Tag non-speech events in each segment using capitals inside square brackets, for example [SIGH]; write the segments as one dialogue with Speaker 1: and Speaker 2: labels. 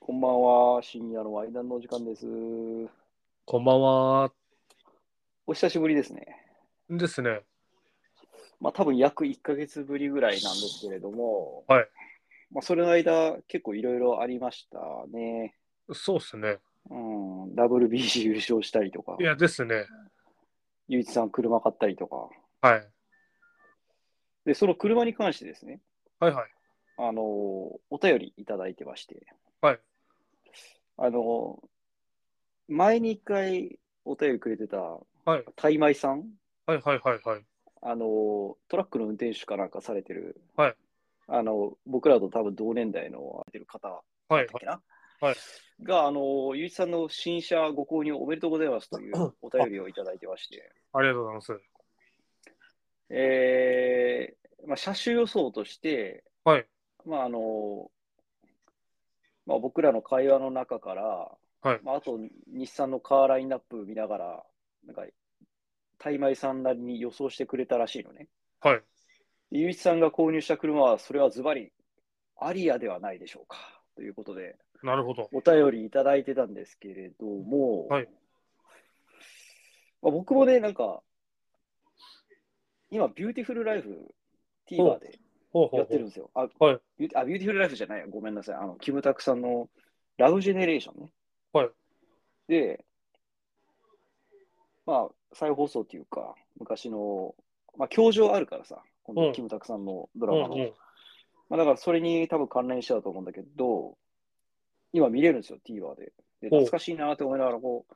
Speaker 1: こんばんは。深夜のワイダンのお時間です。
Speaker 2: こんばんは。
Speaker 1: お久しぶりですね。
Speaker 2: ですね。
Speaker 1: まあ多分約1ヶ月ぶりぐらいなんですけれども、
Speaker 2: はい。
Speaker 1: まあそれの間結構いろいろありましたね。
Speaker 2: そうっすね。
Speaker 1: うん、WBC 優勝したりとか
Speaker 2: い、や、ですね。
Speaker 1: ゆういちさん車買ったりとか。
Speaker 2: はい。
Speaker 1: で、その車に関してですね、
Speaker 2: はいはい。
Speaker 1: あの、お便りいただいてまして、
Speaker 2: はい。
Speaker 1: あの、前に1回お便りくれてた、
Speaker 2: はい。
Speaker 1: タイマイさん
Speaker 2: はいはいはいはい。
Speaker 1: あのトラックの運転手かなんかされてる、
Speaker 2: はい
Speaker 1: あの僕らと多分同年代のてる方だっ
Speaker 2: はい
Speaker 1: たっけな、
Speaker 2: はい
Speaker 1: が、あのゆういちさんの新車ご購入おめでとうございますというお便りをいただいてまして、
Speaker 2: ありがとうございます。
Speaker 1: えーまあ、車種予想として、
Speaker 2: はい。
Speaker 1: まああのまあ、僕らの会話の中から、
Speaker 2: はい
Speaker 1: まあ、あと日産のカーラインナップ見ながら、なんか、タイマイさんなりに予想してくれたらしいのね。
Speaker 2: はい。
Speaker 1: ゆういちさんが購入した車は、それはズバリ、アリアではないでしょうか。ということで、
Speaker 2: なるほど。
Speaker 1: お便りいただいてたんですけれども、
Speaker 2: はい
Speaker 1: まあ、僕もね、なんか、今、ビューティフルライフ、TVer で
Speaker 2: ほうほうほう
Speaker 1: やってるんですよ。あ、
Speaker 2: はい
Speaker 1: ビューあビューティフルライフじゃないやごめんなさい。あの、キムタクさんのラブジェネレーションね。
Speaker 2: はい。
Speaker 1: で、まあ、再放送っていうか、昔の、まあ、教場あるからさ、こ
Speaker 2: う
Speaker 1: の
Speaker 2: ん
Speaker 1: キムタクさんのド
Speaker 2: う
Speaker 1: ラ
Speaker 2: ん
Speaker 1: マの。
Speaker 2: うん。
Speaker 1: まあ、だからそれに多分関連しちゃうと思うんだけど、今見れるんですよ、TVer で。で、
Speaker 2: ほう
Speaker 1: 懐かしいなと思いながら、こう、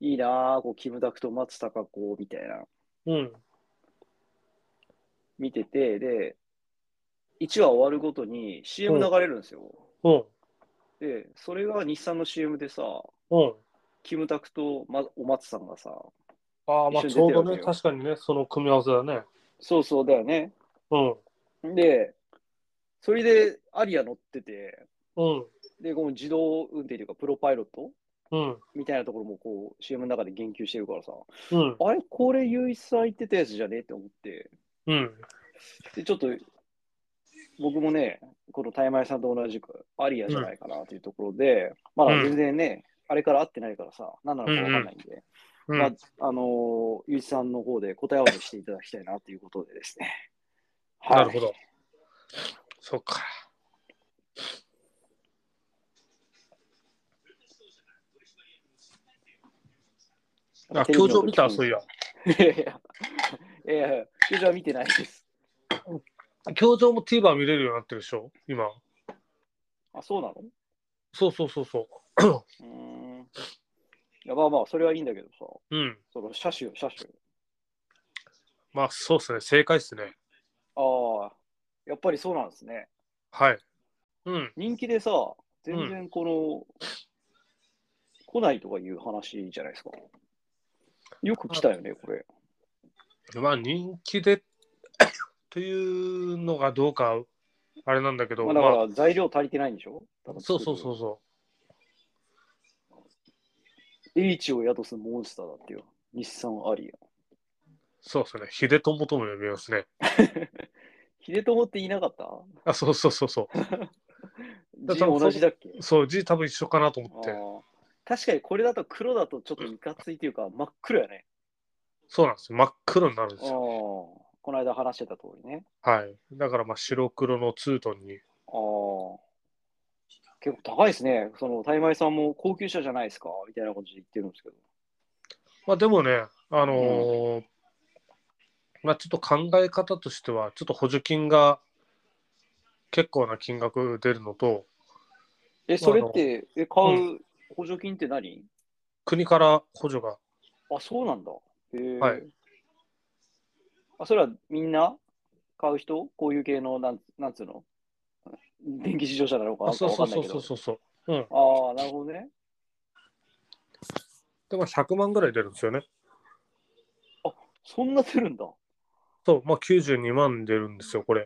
Speaker 1: いいなぁ、こう、キムタクと松たか子みたいな、
Speaker 2: うん。
Speaker 1: 見てて、で、1話終わるごとに CM 流れるんですよ。
Speaker 2: うん。
Speaker 1: で、それが日産の CM でさ、
Speaker 2: うん。
Speaker 1: キムタクと、ま、お松さんがさ、
Speaker 2: ああ、まあ
Speaker 1: 一
Speaker 2: ち
Speaker 1: 緒に出て
Speaker 2: ょう
Speaker 1: る
Speaker 2: ど
Speaker 1: わけよ
Speaker 2: ね、確かにね、その組み合わせだね。
Speaker 1: そうそうだよね。
Speaker 2: うん。
Speaker 1: で、それでアリア乗ってて、
Speaker 2: うん。
Speaker 1: で、この自動運転というか、プロパイロット
Speaker 2: うん。
Speaker 1: みたいなところもこう CM の中で言及してるからさ、
Speaker 2: うん。
Speaker 1: あれ、これ、ゆういちさん言ってたやつじゃねって思って、
Speaker 2: うん。
Speaker 1: で、ちょっと、僕もね、このタイマイさんと同じく、アリアじゃないかなというところで、まだ全然ね、あれから会ってないからさ、何なのか分かんないんで、
Speaker 2: う
Speaker 1: ま
Speaker 2: ん。
Speaker 1: あ、あのーゆういちさんの方で答え合わせしていただきたいなということでですね。
Speaker 2: [LAUGHS] なるほ
Speaker 1: はい
Speaker 2: ど。そっか。あ、教場見たそういや。。
Speaker 1: [LAUGHS] いやいや、いやいや教場は見てないです。
Speaker 2: 教場も TVer 見れるようになってるでしょ今。
Speaker 1: あ、そうなの
Speaker 2: そうそうそうそう
Speaker 1: ーん。いや、まあまあ、それはいいんだけどさ、
Speaker 2: う。うん。
Speaker 1: その車種、車種。
Speaker 2: まあそうですね、正解ですね。
Speaker 1: ああ、やっぱりそうなんですね。
Speaker 2: はい。うん。
Speaker 1: 人気でさ、全然この、来ないとかいう話じゃないですか。よく来たよね、これ。
Speaker 2: まあ人気でというのがどうか、あれなんだけど、
Speaker 1: まあ、
Speaker 2: ま
Speaker 1: だ
Speaker 2: あ、
Speaker 1: から材料足りてないんでしょ。
Speaker 2: そうそうそうそう
Speaker 1: H を宿すモンスターだってよ。日産アリア。
Speaker 2: う。そうですね、秀友とも呼びますね。
Speaker 1: 秀友っていなかった
Speaker 2: あ、そうそうそうそだ
Speaker 1: 字同じだっけ
Speaker 2: う。そう、字多分一緒かなと思って。
Speaker 1: あー確かにこれだと黒だとちょっといかついというか真っ黒やね。
Speaker 2: そうなんですよ。真っ黒になるん
Speaker 1: あ
Speaker 2: で
Speaker 1: ー
Speaker 2: すよ。
Speaker 1: この間話してた通りね。
Speaker 2: はい。だからまあ白黒のツートンに。
Speaker 1: あー結構高いですね。その、タイマイさんも高級車じゃないですかみたいなこと言ってるんですけど。
Speaker 2: まあでもね、あのーまあちょっと考え方としては、ちょっと補助金が結構な金額出るのと、
Speaker 1: え、それって、え、買う補助金って何、
Speaker 2: 国から補助が
Speaker 1: あ、そうなんだ。へえ。
Speaker 2: はい
Speaker 1: あ、それはみんな買う人こういう系の、なんなんつうの電気自動車なのか
Speaker 2: あ
Speaker 1: なんか
Speaker 2: そう
Speaker 1: わか
Speaker 2: そうん
Speaker 1: ないけど
Speaker 2: そうそう。そうそう。うん。
Speaker 1: ああ、なるほどね。
Speaker 2: でも100万ぐらい出るんですよね。
Speaker 1: そんな出るんだ。
Speaker 2: そう、まあ92万出るんですよ、これ。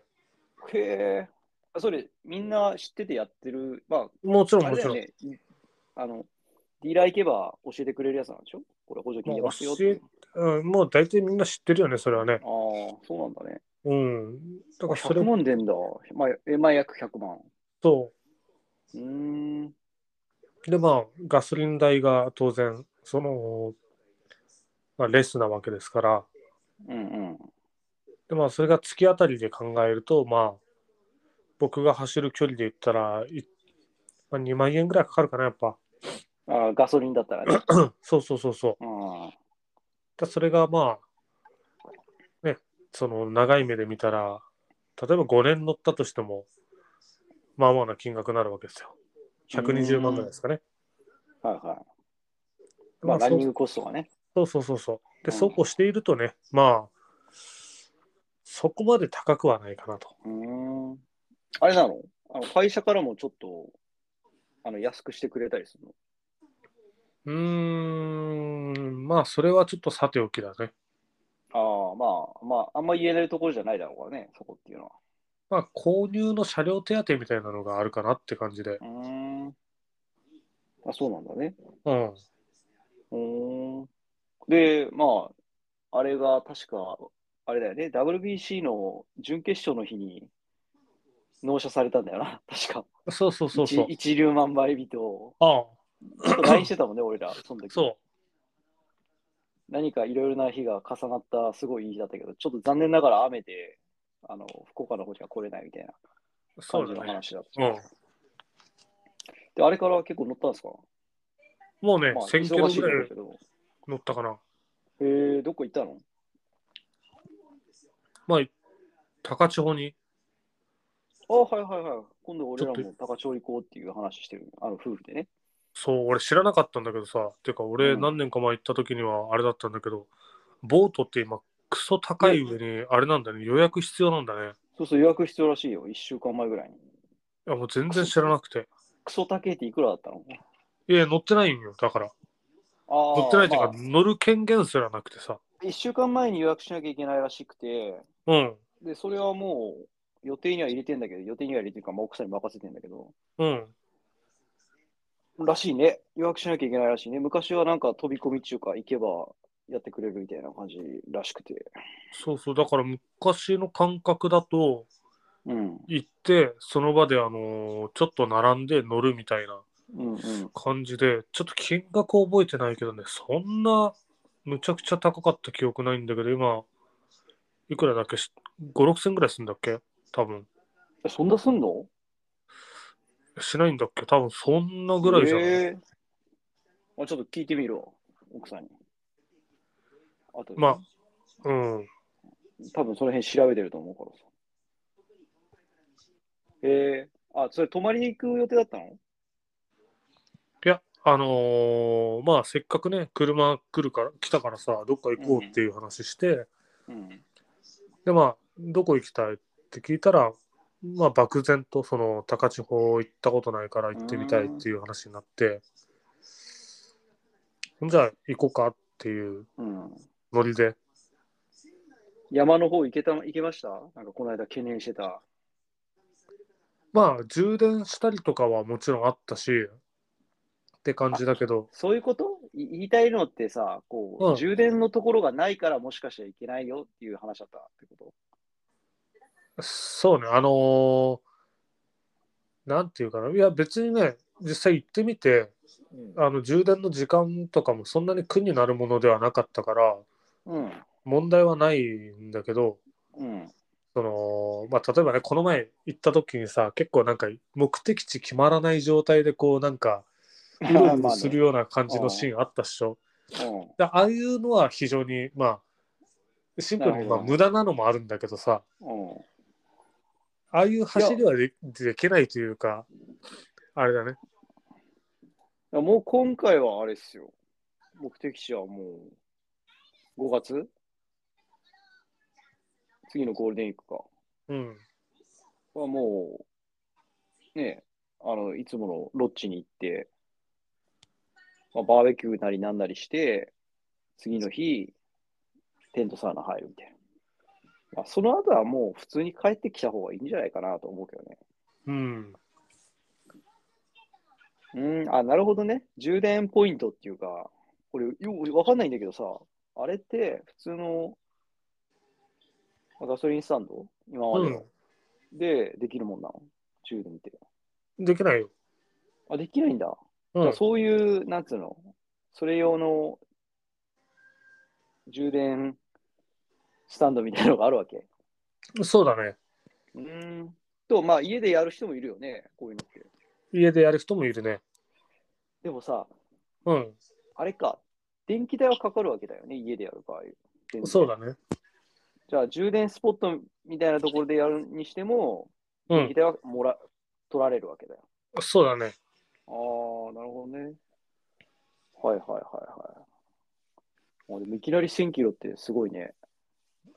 Speaker 1: へえ。あそれ、みんな知っててやってる。ま
Speaker 2: もち
Speaker 1: あ、
Speaker 2: ろん
Speaker 1: あ
Speaker 2: も
Speaker 1: れだ
Speaker 2: ちろ
Speaker 1: よ
Speaker 2: ん。
Speaker 1: ね。あの、ディーラー行けば教えてくれるやつなんでしょこれ補助金出ますよっていう。
Speaker 2: うん、もう大体みんな知ってるよね、それはね
Speaker 1: あ。あ、そうなんだね。
Speaker 2: うん。だからそれ
Speaker 1: 100
Speaker 2: も、
Speaker 1: 万出んだ。まあ、えまあ、約100万。
Speaker 2: そう
Speaker 1: ーん。
Speaker 2: で、まあ、ガソリン代が当然、その、まあ、レスなわけですから、
Speaker 1: うんうん。
Speaker 2: で、まあ、それが月あたりで考えると、まあ、僕が走る距離で言ったら、いまあ、2万円ぐらいかかるかな、やっぱ。
Speaker 1: あーガソリンだったら
Speaker 2: [LAUGHS]
Speaker 1: ね。
Speaker 2: そうそうそうそう。
Speaker 1: うん。
Speaker 2: だそれがまあ、ね、その長い目で見たら、例えば5年乗ったとしても、まあまあな金額になるわけですよ。120万ぐらいですかね。
Speaker 1: はいはい。まあ、
Speaker 2: まあ
Speaker 1: ラ
Speaker 2: そ
Speaker 1: ン
Speaker 2: う
Speaker 1: ニングコストがね。
Speaker 2: そうそうそうそう。
Speaker 1: う
Speaker 2: で、
Speaker 1: ん
Speaker 2: そうこうしているとね、まあ、そこまで高くはないかなと。
Speaker 1: うーん。あれなのあの会社からもちょっと、あの、安くしてくれたりするの
Speaker 2: うーん、まあ、それはちょっとさておきだね。
Speaker 1: ああ、まあ、まあ、あんま言えないところじゃないだろうからね、そこっていうのは。
Speaker 2: まあ、購入の車両手当みたいなのがあるかなって感じで。
Speaker 1: うーん。あ、そうなんだね。
Speaker 2: うん。
Speaker 1: うーん。で、まあ、あれが確か、あれだよね、WBC の準決勝の日に納車されたんだよな、 [LAUGHS] 確か。
Speaker 2: そうそうそうそう
Speaker 1: 一。一粒万倍日と、
Speaker 2: ああ、
Speaker 1: ちょっと LINE してたもんね、俺ら、その時。
Speaker 2: そ
Speaker 1: 何かいろいろな日が重なった、すごいいい日だったけど、ちょっと残念ながら雨で、あの、福岡の方には来れないみたいな
Speaker 2: う。そ
Speaker 1: 感
Speaker 2: う
Speaker 1: じの
Speaker 2: だね。
Speaker 1: 話だった。
Speaker 2: うん。
Speaker 1: で、あれから結構乗ったんですか
Speaker 2: もうね、
Speaker 1: まあ、
Speaker 2: 1000キロ
Speaker 1: 忙しい
Speaker 2: ぐ
Speaker 1: だ
Speaker 2: ら
Speaker 1: ろう
Speaker 2: い
Speaker 1: けど。
Speaker 2: 乗ったかな。
Speaker 1: えー、どこ行ったの
Speaker 2: まあ、高千穂に。
Speaker 1: あ、はいはいはい。今度俺ら
Speaker 2: ちょ
Speaker 1: も高千穂行こうっていう話してる。あの、夫婦でね。
Speaker 2: そう、俺知らなかったんだけどさ、っていうか俺
Speaker 1: うん
Speaker 2: 何年か前行った時にはあれだったんだけど、ボートって今クソ高い上にあれなんだね、予約必要なんだね。
Speaker 1: そうそう、予約必要らしいよ。1週間前ぐらいに。
Speaker 2: いやもう全然知らなくて。
Speaker 1: クソ高えっていくらだったの
Speaker 2: いや、乗ってないんよ、だから。
Speaker 1: あー
Speaker 2: 乗ってないっていう
Speaker 1: ま
Speaker 2: か、乗る権限すらなくてさ。
Speaker 1: あ、1週間前に予約しなきゃいけないらしくて、
Speaker 2: うん、
Speaker 1: で、それはもう予定には入れてんだけど、予定には入れてるから、まあ、奥さんに任せてんだけど、
Speaker 2: うん。
Speaker 1: らしいね。予約しなきゃいけないらしいね。昔はなんか飛び込み中か行けばやってくれるみたいな感じらしくて。
Speaker 2: そうそう、だから昔の感覚だと、
Speaker 1: うん。
Speaker 2: 行って、その場であのーちょっと並んで乗るみたいな
Speaker 1: うんうん。
Speaker 2: 感じで、ちょっと金額覚えてないけどね、そんなむちゃくちゃ高かった記憶ないんだけど、今、いくらだっけし ?5、6千ぐらいすんだっけ多分。
Speaker 1: えそんなすんの
Speaker 2: しないんだっけ多分そんなぐらいじゃない、
Speaker 1: えーあちょっと聞いてみるわ、奥さんに。あと、
Speaker 2: まあ、うん。
Speaker 1: 多分その辺調べてると思うからさ。えー、あ、それ泊まりに行く予定だったの
Speaker 2: いや、あのーまあせっかくね、車来るから、来たからさ、どっか行こうっていう話して、
Speaker 1: うん。
Speaker 2: で、まあ、どこ行きたいって聞いたら、まあ漠然とその高千穂行ったことないから行ってみたいっていう話になって、ほんじゃあ行こうかっていう
Speaker 1: うん、
Speaker 2: ノリで、
Speaker 1: 山の方行けた行けましたなんかこの間懸念してた。
Speaker 2: まあ充電したりとかはもちろんあったし、って感じだけど、
Speaker 1: そういうことい言いたいのってさ、こう、
Speaker 2: うん
Speaker 1: 充電のところがないからもしかしたらいけないよっていう話だったってこ
Speaker 2: そうね、あのーなんていうかな、いや別にね、実際行ってみて、
Speaker 1: と
Speaker 2: あの充電の時間とかもそんなに苦になるものではなかったから、
Speaker 1: うん。
Speaker 2: 問題はないんだけど、
Speaker 1: うん。
Speaker 2: そのまあ、例えばね、この前行った時にさ、結構なんか目的地決まらない状態で、こうなんか、
Speaker 1: [LAUGHS]
Speaker 2: うろうろするような感じのシーンあったっしょ。
Speaker 1: うん。
Speaker 2: でああいうのは非常に、まあ、シンプルにま
Speaker 1: なるほ
Speaker 2: あ
Speaker 1: ど
Speaker 2: 無駄なのもあるんだけどさ、
Speaker 1: うん。
Speaker 2: ああいう走りはでできないというか、あれだね。
Speaker 1: いやもう今回はあれっすよ。目的地はもう5月次のゴールデンウィークか。
Speaker 2: うん。
Speaker 1: はもう、ねえ、あの、いつものロッジに行って、まあ、バーベキューなりなんなりして、次の日、テントサウナ入るみたいな。まあ、その後はもう普通に帰ってきた方がいいんじゃないかなと思うけどね。
Speaker 2: うん。
Speaker 1: うん、あ、なるほどね。充電ポイントっていうか、これ、よわかんないんだけどさ、あれって普通のあガソリンスタンド今までの、でできるもんなの充電って。
Speaker 2: できないよ。
Speaker 1: あ、できないんだ。
Speaker 2: うん。うん
Speaker 1: そういう、なんつうの、それ用の充電スタンドみたいなのがあるわけ。
Speaker 2: そうだね。
Speaker 1: うーん。と、まあ、家でやる人もいるよね、こういうのって。
Speaker 2: 家でやる人もいるね。
Speaker 1: でもさ、
Speaker 2: うん。
Speaker 1: あれか、電気代はかかるわけだよね、家でやる場合。電気
Speaker 2: そうだね。
Speaker 1: じゃあ、充電スポットみたいなところでやるにしても、
Speaker 2: う
Speaker 1: 電気
Speaker 2: ん。
Speaker 1: 代はもら、取られるわけだよ。
Speaker 2: そうだね。
Speaker 1: ああ、なるほどね。はいはいはいはい。あでもいきなり1000キロってすごいね。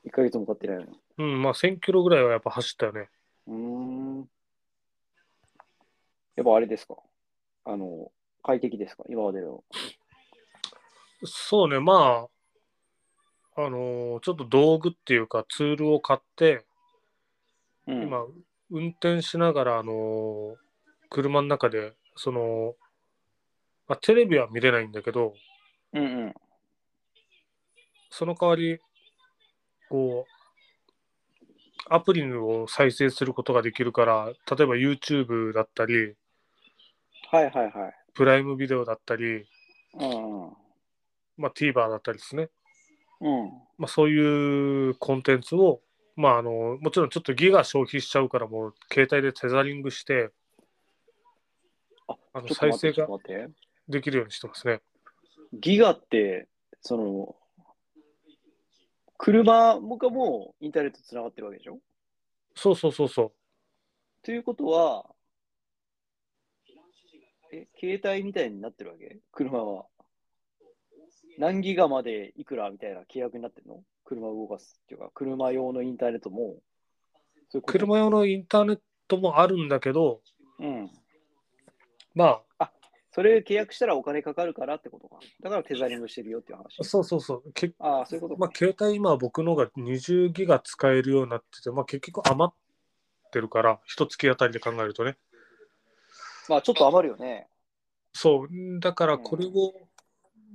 Speaker 1: 1ヶ月も経ってないのに。
Speaker 2: うん。まあ、1000キロぐらいはやっぱ走ったよね。
Speaker 1: うーん。やっぱあれですかあの、快適ですか今までの。
Speaker 2: そうね。まあ、あのーちょっと道具っていうかツールを買って、
Speaker 1: うん、
Speaker 2: 今、運転しながら、あのー車の中で、その、まあ、テレビは見れないんだけど、
Speaker 1: うんうん。
Speaker 2: その代わり、こう、アプリを再生することができるから、例えば YouTube だったり、
Speaker 1: はいはいはい。
Speaker 2: プライムビデオだった
Speaker 1: う
Speaker 2: り、
Speaker 1: ん
Speaker 2: まあ、TVer だったりですね。
Speaker 1: うん。うん。
Speaker 2: まあ、そういうコンテンツを、まあ、あの、もちろんちょっとギガ消費しちゃうから、もう携帯でテザリングして、
Speaker 1: あ
Speaker 2: あ
Speaker 1: ちょ
Speaker 2: の
Speaker 1: っと
Speaker 2: 再
Speaker 1: 待って、
Speaker 2: 生
Speaker 1: ちょっ
Speaker 2: が
Speaker 1: と待って。
Speaker 2: できるようにしてますね。
Speaker 1: ギガって、その、車もかもインターネットつながってるわけでしょ
Speaker 2: そうそうそうそう。
Speaker 1: ということは、え、携帯みたいになってるわけ車は。何ギガまでいくらみたいな契約になってるの車を動かすっていうか、車用のインターネットも。そういうこと
Speaker 2: 車用のインターネットもあるんだけど、
Speaker 1: うん。
Speaker 2: ま
Speaker 1: それ契約したらお金かかるからってことか。だからテザリングしてるよっていう話
Speaker 2: あ、。そうそうそう。結
Speaker 1: ああ、そういうこと
Speaker 2: ま
Speaker 1: か
Speaker 2: あ、。携帯今僕のが20ギガ使えるようになってて、まあ、結局余ってるから一月あたりで考えるとね
Speaker 1: まあ、ちょっと余るよね。
Speaker 2: そうだからこれを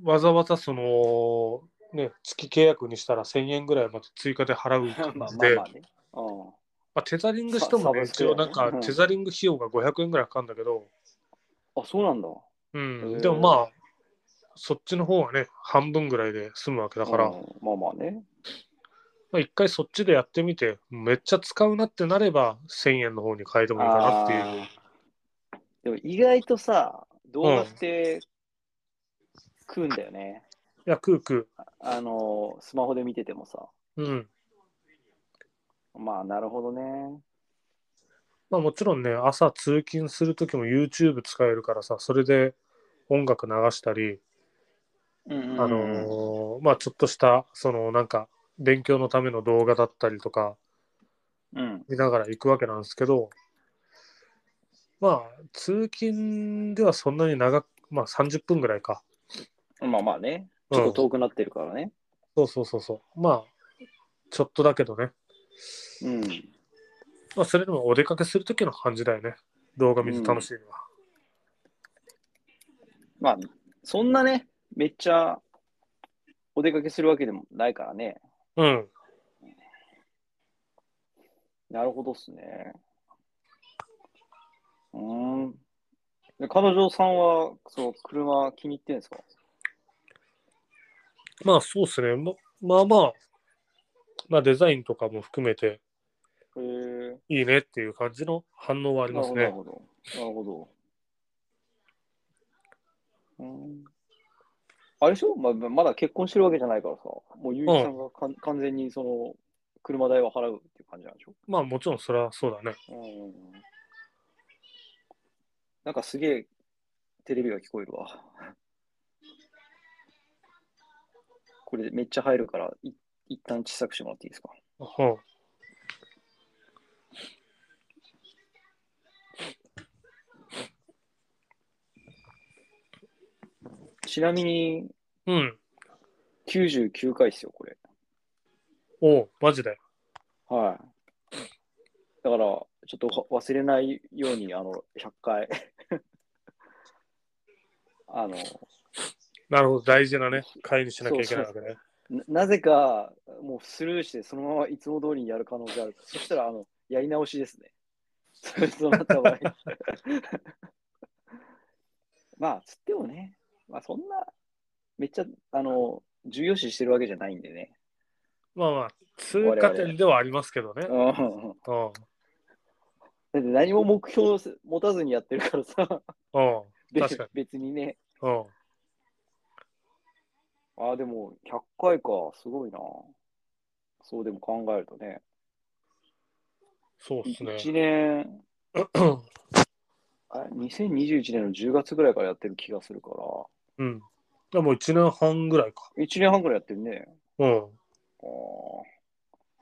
Speaker 2: わざわざその、ね、月契約にしたら1000円ぐらいまた追加で払う
Speaker 1: まあ
Speaker 2: 感
Speaker 1: [LAUGHS] まあ
Speaker 2: じ
Speaker 1: ま
Speaker 2: で、
Speaker 1: あ
Speaker 2: ま
Speaker 1: ね。うん。
Speaker 2: あ、テザリングしても、ね、
Speaker 1: ササブスク
Speaker 2: 一
Speaker 1: だよ
Speaker 2: 応
Speaker 1: ね
Speaker 2: なんか
Speaker 1: うん
Speaker 2: テザリング費用が500円ぐらいかかるんだけど、
Speaker 1: あ、そうなんだ。
Speaker 2: う
Speaker 1: へ
Speaker 2: ん、
Speaker 1: え
Speaker 2: でもまあそっちの方はね半分ぐらいで済むわけだから、
Speaker 1: うんまあまあね。
Speaker 2: まあ、一回そっちでやってみてめっちゃ使うなってなれば1000円の方に変えてもいいかなっていう。
Speaker 1: あーでも意外とさ、動画って食うんだよね。
Speaker 2: いや、食う食
Speaker 1: あの、スマホで見ててもさ。
Speaker 2: う。うん。
Speaker 1: まあ、なるほどね。
Speaker 2: まあもちろんね、朝通勤するときも YouTube 使えるからさ、それで音楽流したり、
Speaker 1: うんうん
Speaker 2: あのーまあちょっとした、そのなんか、勉強のための動画だったりとか
Speaker 1: うん。
Speaker 2: 見ながら行くわけなんですけど、まあ通勤ではそんなに長く、まあ30分ぐらいか。
Speaker 1: まあまあね。
Speaker 2: う
Speaker 1: ち
Speaker 2: ん
Speaker 1: ょっと遠くなってるからね。
Speaker 2: そうそうそうそう。まあ、ちょっとだけどね。
Speaker 1: うん。
Speaker 2: まあそれでもお出かけするときの感じだよね。動画見て楽しいのは。
Speaker 1: まあ、そんなね、めっちゃお出かけするわけでもないからね。
Speaker 2: うん。
Speaker 1: なるほどっすね。うーん。で彼女さんは、そう、車気に入ってんですか
Speaker 2: まあそうですね。ままあまあ、まあデザインとかも含めて
Speaker 1: へえ。
Speaker 2: いいねっていう感じの反応はあります
Speaker 1: なる
Speaker 2: ね。
Speaker 1: ほど。なるほど。うん、あれでしょ、まあ、まだ結婚してるわけじゃないからさ、もうゆうきさんがかん、完全にその車代を払うっていう感じなんでしょ、
Speaker 2: まあもちろんそれはそうだね。
Speaker 1: うん、なんかすげえテレビが聞こえるわ。これめっちゃ入るから、い一旦小さくしてもらっていいですか
Speaker 2: うん。
Speaker 1: ちなみに、
Speaker 2: うん。
Speaker 1: 99回ですよ、これ。
Speaker 2: おう、マジで。
Speaker 1: はい。だから、ちょっとわ忘れないように、あの、100回。 [LAUGHS] あの
Speaker 2: なるほど。大事なね、会にしなきゃいけないわけね。
Speaker 1: な、なぜか、もうスルーして、そのままいつも通りにやる可能性ある。そしたら、あの、やり直しですね。そうそうなった場合。 [LAUGHS] まあ、つってもね、まあ、そんな、めっちゃ、あの、重要視してるわけじゃないんでね。
Speaker 2: まあまあ、通過点ではありますけどね。
Speaker 1: うん。
Speaker 2: うん。
Speaker 1: だって何も目標をせ持たずにやってるからさ、
Speaker 2: うん。
Speaker 1: べ
Speaker 2: 確かに
Speaker 1: 別にね。
Speaker 2: うん。
Speaker 1: ああ、でも、100回か、すごいな。そうでも考えるとね。
Speaker 2: そうですね。
Speaker 1: 1年、あ2021年の10月ぐらいからやってる気がするから、
Speaker 2: うん。でも1年半ぐらいか。
Speaker 1: 1年半ぐらいやってるね。
Speaker 2: うん。
Speaker 1: あ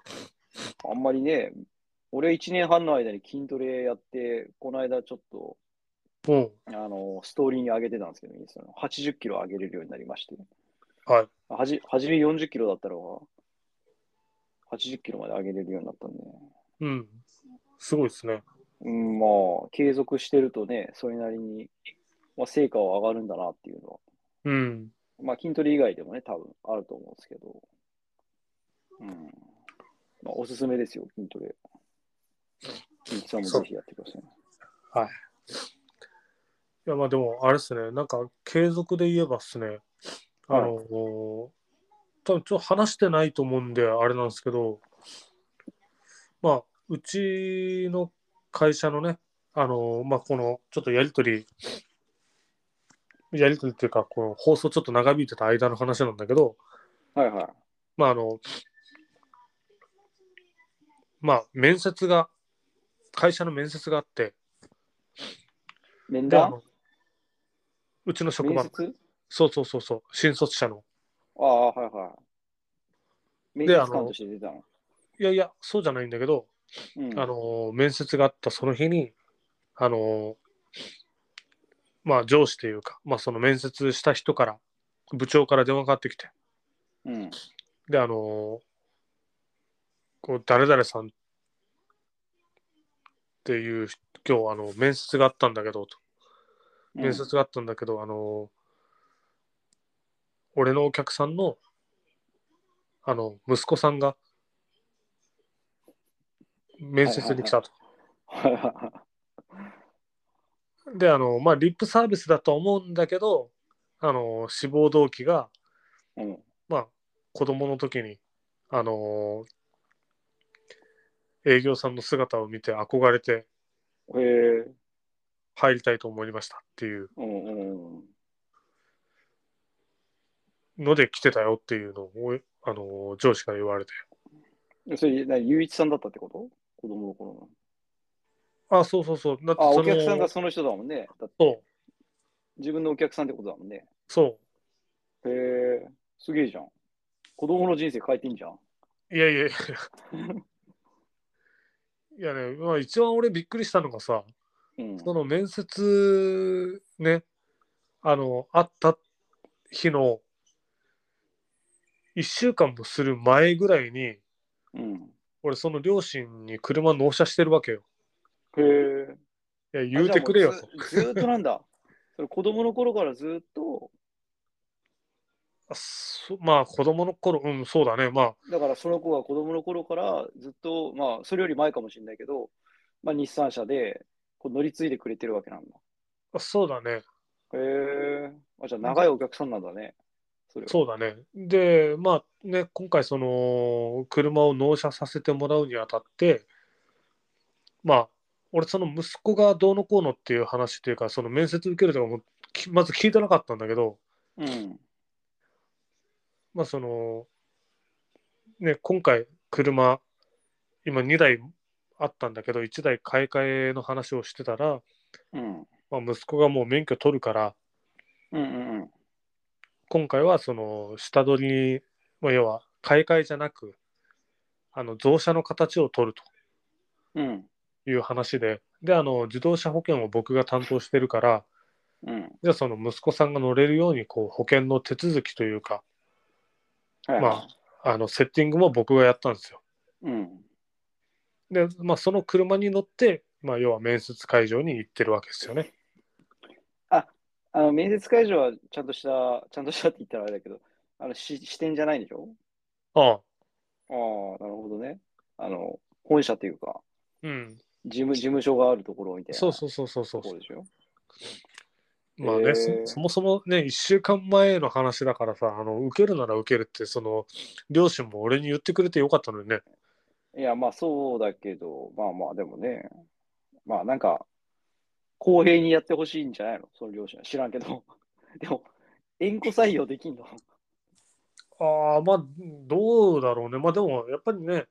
Speaker 1: ーあんまりね、俺1年半の間に筋トレやって、この間ちょっと、
Speaker 2: うん。
Speaker 1: あの、ストーリーに上げてたんですけど、インスタの80キロ上げれるようになりまして。
Speaker 2: はい。
Speaker 1: はじ、はじめ40キロだったのが、80キロまで上げれるようになったんで。
Speaker 2: うん。すごいですね。
Speaker 1: うん、まあ、継続してるとね、それなりに、まあ、成果は上がるんだなっていうのは。
Speaker 2: うん。
Speaker 1: まあ、筋トレ以外でもね、多分あると思うんですけど。うん。まあ、おすすめですよ、筋トレ。鈴木さんもぜひやってください。
Speaker 2: いや、まあでも、あれですね。なんか、継続で言えばですね。あの、多分ちょっと話してないと思うんで、あれなんですけど、まあ、うちの会社のね、あの、まあ、この、ちょっとやりとり、やりとりっていうか、この放送ちょっと長引いてた間の話なんだけど、
Speaker 1: はいはい。
Speaker 2: まああの、まあ面接が、会社の面接があって、
Speaker 1: 面
Speaker 2: であ
Speaker 1: 談
Speaker 2: のうちの職
Speaker 1: 面
Speaker 2: 場、
Speaker 1: 接
Speaker 2: そうそうそうそう、新卒者の。
Speaker 1: ああ、はいはい。面
Speaker 2: で
Speaker 1: 接
Speaker 2: あの
Speaker 1: 官として出たの。
Speaker 2: いやいや、そうじゃないんだけど、
Speaker 1: うん、
Speaker 2: あの、面接があったその日に、あの、まあ上司というか、まあその面接した人から、部長から電話がかかってきて、
Speaker 1: うん。
Speaker 2: で、あの、こう、誰々さんっていう、今日、あの、面接があったんだけど、と。面接があったんだけど、あの俺のお客さんのあの息子さんが面接に来たと。
Speaker 1: はいは
Speaker 2: であのまあリップサービスだと思うんだけどあの志望動機が
Speaker 1: いはい。うん。
Speaker 2: まあ子供の時にあの営業さんの姿を見て憧れて
Speaker 1: へえ。
Speaker 2: 入りたいと思いましたっていう
Speaker 1: うんうんうん。
Speaker 2: ので来てたよっていうのをあの上司から言われて
Speaker 1: えそれ、なゆういちさんだったってこと子供の頃の。
Speaker 2: あそうそうそうだって
Speaker 1: あ、
Speaker 2: その
Speaker 1: お客さんがその人だもんね。だって
Speaker 2: そう
Speaker 1: 自分のお客さんってことだもんね。
Speaker 2: そ
Speaker 1: へえ、すげえじゃん。子供の人生変えてんじゃん。
Speaker 2: う。いやいやいや。 [LAUGHS] いやね、まあ、一番俺びっくりしたのがさ、
Speaker 1: うん。
Speaker 2: その面接ね、あの、あった日の1週間もする前ぐらいに、
Speaker 1: うん、
Speaker 2: 俺その両親に車納車してるわけよ。
Speaker 1: へえ。
Speaker 2: いや、言うてくれよ
Speaker 1: あじゃ
Speaker 2: と
Speaker 1: あ。もうずずーっとなんだ。 [LAUGHS] それ子供の頃からずーっと、
Speaker 2: あそまあ子供の頃、うん、そうだね。まあ、
Speaker 1: だからその子が子供の頃からずっと、まあ、それより前かもしれないけど、まあ、日産車でこう乗り継いでくれてるわけなんだ。
Speaker 2: あそうだね。
Speaker 1: へえ。あ、じゃあ長いお客さんなんだね。それは
Speaker 2: そうだね。で、まあね、今回その車を納車させてもらうにあたって、まあ、俺その息子がどうのこうのっていう話っていうか、その面接受けるとかもきまず聞いてなかったんだけど、
Speaker 1: うん。
Speaker 2: まあその、ね、今回車、今2台あったんだけど、1台買い替えの話をしてたら、
Speaker 1: うん。
Speaker 2: まあ、息子がもう免許取るから、
Speaker 1: うんうんうん。
Speaker 2: 今回はその下取りに、まあ、要は買い替えじゃなくあの増車の形を取る
Speaker 1: うん。
Speaker 2: という話でであの自動車保険を僕が担当してるから
Speaker 1: うん。
Speaker 2: じゃあその息子さんが乗れるようにこう保険の手続きというか
Speaker 1: はい。
Speaker 2: まあのセッティングも僕がやったんですよ。
Speaker 1: うん。
Speaker 2: で、まあ、その車に乗って、まあ、要は面接会場に行ってるわけですよね。
Speaker 1: あの、面接会場はちゃんとした、ちゃんとしたって言ったらあれだけど、あの、し支店じゃないんでしょ
Speaker 2: ああ
Speaker 1: ああ、なるほどね。あの、本社というか、
Speaker 2: うん、
Speaker 1: 事務、事務所があるところみたいな
Speaker 2: そうそうそうそうそ
Speaker 1: とこ
Speaker 2: う
Speaker 1: ろでしょ
Speaker 2: まあね、
Speaker 1: えー
Speaker 2: そそもそもね、1週間前の話だからさ、あの受けるなら受けるって、その両親も俺に言ってくれてよかったのにね。
Speaker 1: いや、まあそうだけど、まあまあでもね、まあなんか、公平にやってほしいんじゃないのその両親は。知らんけど。 [LAUGHS] でも、縁故採用できんの
Speaker 2: ああ、まあ、どうだろうね。まあでも、やっぱりね、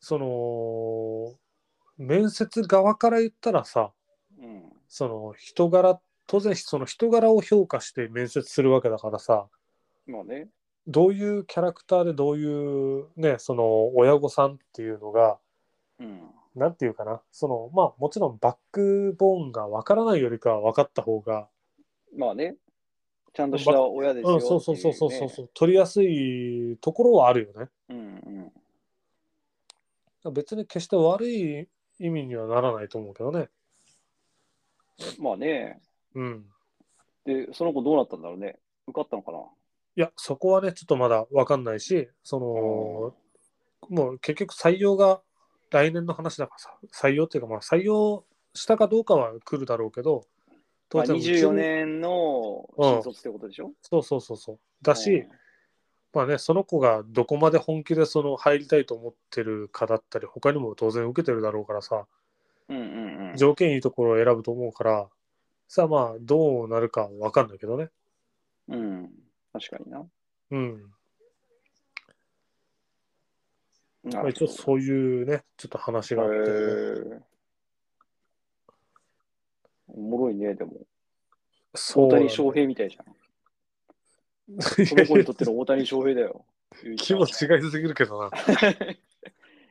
Speaker 2: その、面接側から言ったらさ、
Speaker 1: うん。
Speaker 2: その人柄、当然その人柄を評価して面接するわけだからさ、
Speaker 1: まあね。
Speaker 2: どういうキャラクターでどういうね、その親御さんっていうのが、
Speaker 1: うん。
Speaker 2: なんていうかな、その、まあもちろんバックボーンがわからないよりかは分かった方が、
Speaker 1: まあね。ちゃんとした親ですよ、
Speaker 2: うん、そうそうそうそうそ
Speaker 1: って
Speaker 2: う
Speaker 1: い
Speaker 2: そう、取りやすいところはあるよね。
Speaker 1: うね。うん
Speaker 2: 別に決して悪い意味にはならないと思うけどね。
Speaker 1: うん。まあね。
Speaker 2: うん。
Speaker 1: で、その子どうなったんだろうね。受かったのかない
Speaker 2: や、そこはね、ちょっとまだ分かんないし、その、もう結局採用が来年の話だからさ、採用っていうか、まあ採用したかどうかは来るだろうけど、
Speaker 1: まあ、
Speaker 2: うちの
Speaker 1: 24年の新卒ってことでしょ、
Speaker 2: そうそうそうそう。だし、
Speaker 1: うん
Speaker 2: まあね、その子がどこまで本気でその入りたいと思ってるかだったり、他にも当然受けてるだろうからさ、
Speaker 1: うんうんうん。
Speaker 2: 条件いいところを選ぶと思うから、さあまあ、どうなるかは分かんないけどね。
Speaker 1: うん。確かにな。
Speaker 2: うん。
Speaker 1: な
Speaker 2: まあ、
Speaker 1: る
Speaker 2: 一応そういうね、ちょっと話があって、
Speaker 1: へえおもろいね、でも。大
Speaker 2: そうなんだ
Speaker 1: 谷翔平みたい
Speaker 2: [LAUGHS]
Speaker 1: じゃん。その子にとっての大谷翔平だよ。
Speaker 2: 規模違いすぎるけどな。
Speaker 1: [LAUGHS]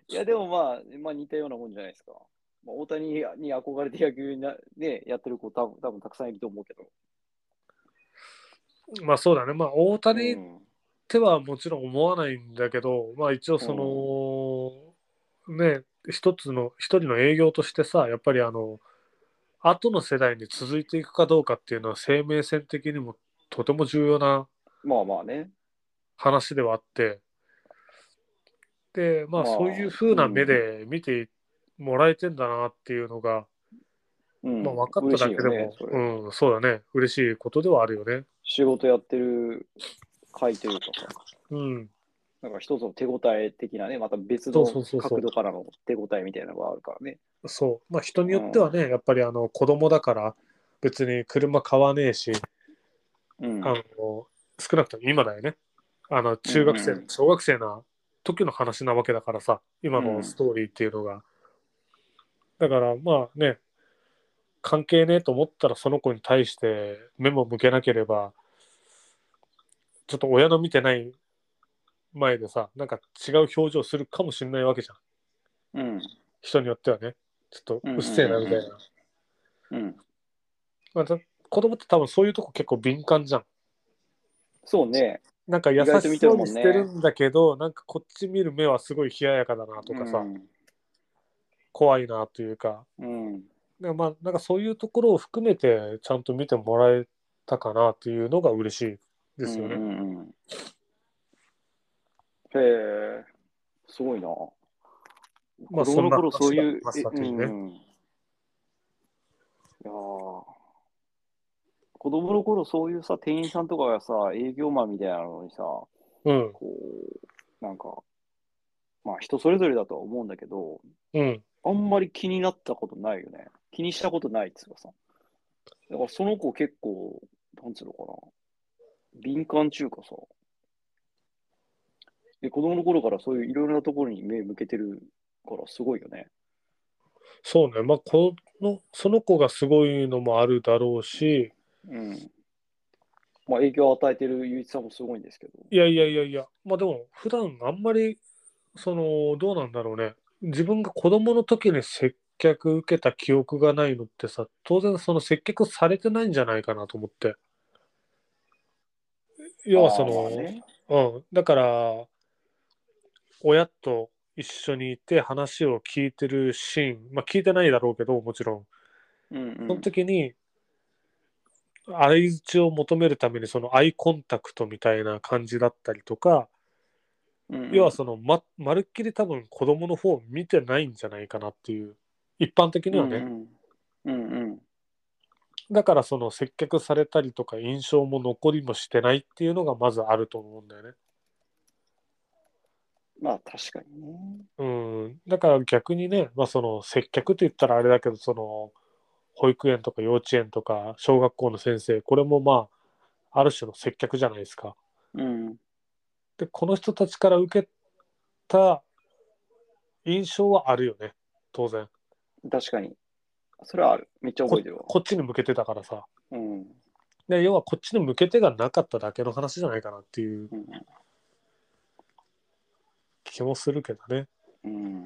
Speaker 1: いや、でもまあ、まあ似たようなもんじゃないですか。まあ、大谷に憧れて野球にな、ね、やってる子多分多分たくさんいると思うけど。
Speaker 2: まあそうだね。まあ大谷
Speaker 1: う
Speaker 2: っ
Speaker 1: ん
Speaker 2: てはもちろん思わないんだけど、まあ一応その、ね、一つの、一人の営業としてさ、やっぱりあの、後の世代に続いていくかどうかっていうのは生命線的にもとても重要な
Speaker 1: まあまあね。
Speaker 2: 話ではあって、で、まあ
Speaker 1: まあ
Speaker 2: そういう風な目で見てもらえてんだなっていうのが、
Speaker 1: うん、
Speaker 2: まあ分かっただけでも、
Speaker 1: 嬉しいよねそれ
Speaker 2: うん、そうだね、嬉しいことではあるよね。
Speaker 1: 仕事やってる会というかさ、
Speaker 2: うん、
Speaker 1: なんか一つの手応え的なね、また別
Speaker 2: そ
Speaker 1: の
Speaker 2: うそうそうそう
Speaker 1: 角度からの手応えみたいなのがあるからね。
Speaker 2: そう、まあ人によってはね、やっぱりあの子供だから、別に車買わねえし、
Speaker 1: うん
Speaker 2: あの少なくとも今だよね、あの中学生、
Speaker 1: うんうん
Speaker 2: 小学生な時の話なわけだからさ、今
Speaker 1: う
Speaker 2: の
Speaker 1: ん
Speaker 2: ストーリーっていうのが。だからまあね、関係ねえと思ったら、その子に対して目も向けなければ、ちょっと親の見てない前でさ、なんか違う表情するかもしれないわけじゃん、
Speaker 1: うん。
Speaker 2: 人によってはね、ちょっとうっせえなみたいな。
Speaker 1: うんうんうんうん。
Speaker 2: まあ、た子供って多分そういうとこ結構敏感じゃん。
Speaker 1: そうね。
Speaker 2: なんか優
Speaker 1: 意外と
Speaker 2: し
Speaker 1: 見てる
Speaker 2: そう
Speaker 1: もん
Speaker 2: に
Speaker 1: ね
Speaker 2: してるんだけど、なんかこっち見る目はすごい冷ややかだなとかさ、
Speaker 1: うん
Speaker 2: 怖いなというか、
Speaker 1: うん。
Speaker 2: でまあなんかそういうところを含めてちゃんと見てもらえたかなっていうのが嬉しいですよね。
Speaker 1: うんうんうんへえ、すごいな。
Speaker 2: まあ
Speaker 1: 子供の頃
Speaker 2: そ
Speaker 1: そ
Speaker 2: ん
Speaker 1: う
Speaker 2: な話
Speaker 1: いう。
Speaker 2: がありましたというね
Speaker 1: えんいやー子供の頃そういうさ、店員さんとかがさ、営業マンみたいなのにさ、こ
Speaker 2: うん、
Speaker 1: う、なんか、まあ人それぞれだとは思うんだけど、
Speaker 2: うん、
Speaker 1: あんまり気になったことないよね。気にしたことないっつうかさ。だからその子結構、なんつうのかな。敏感中かさ。で、子供の頃からそういういろいろなところに目向けてるからすごいよね。
Speaker 2: そうね、まあこの、その子がすごいのもあるだろうし、
Speaker 1: うん。まあ影響を与えてるゆういちさんもすごいんですけど。
Speaker 2: いやいやいやいや、まあでも、普段あんまり、その、どうなんだろうね。自分が子供の時に接客受けた記憶がないのってさ、当然その接客されてないんじゃないかなと思って。要はそ
Speaker 1: あ
Speaker 2: の、
Speaker 1: ーまあね
Speaker 2: うん、だから、親と一緒にいて話を聞いてるシーン、まあ聞いてないだろうけど、もちろん。
Speaker 1: うんう
Speaker 2: その
Speaker 1: ん。
Speaker 2: 時に、相づちを求めるために、そのアイコンタクトみたいな感じだったりとか、
Speaker 1: うんうん
Speaker 2: 要はそのままるっきり多分子供の方を見てないんじゃないかなっていう一般的にはね、
Speaker 1: うんうん。うんうん
Speaker 2: だからその接客されたりとか印象も残りもしてないっていうのがまずあると思うんだよね。
Speaker 1: まあ確かにね。
Speaker 2: うん、だから逆にね、まあ、その接客って言ったらあれだけどその保育園とか幼稚園とか小学校の先生これもまあある種の接客じゃないですか。
Speaker 1: うん。
Speaker 2: でこの人たちから受けた印象はあるよね当然
Speaker 1: 確かに。それはある。めっちゃ覚えてるわ。
Speaker 2: こっちに向けてたからさ
Speaker 1: うん。
Speaker 2: で要はこっちに向けてがなかっただけの話じゃないかなっていう
Speaker 1: うん。
Speaker 2: 気もするけどね
Speaker 1: うん、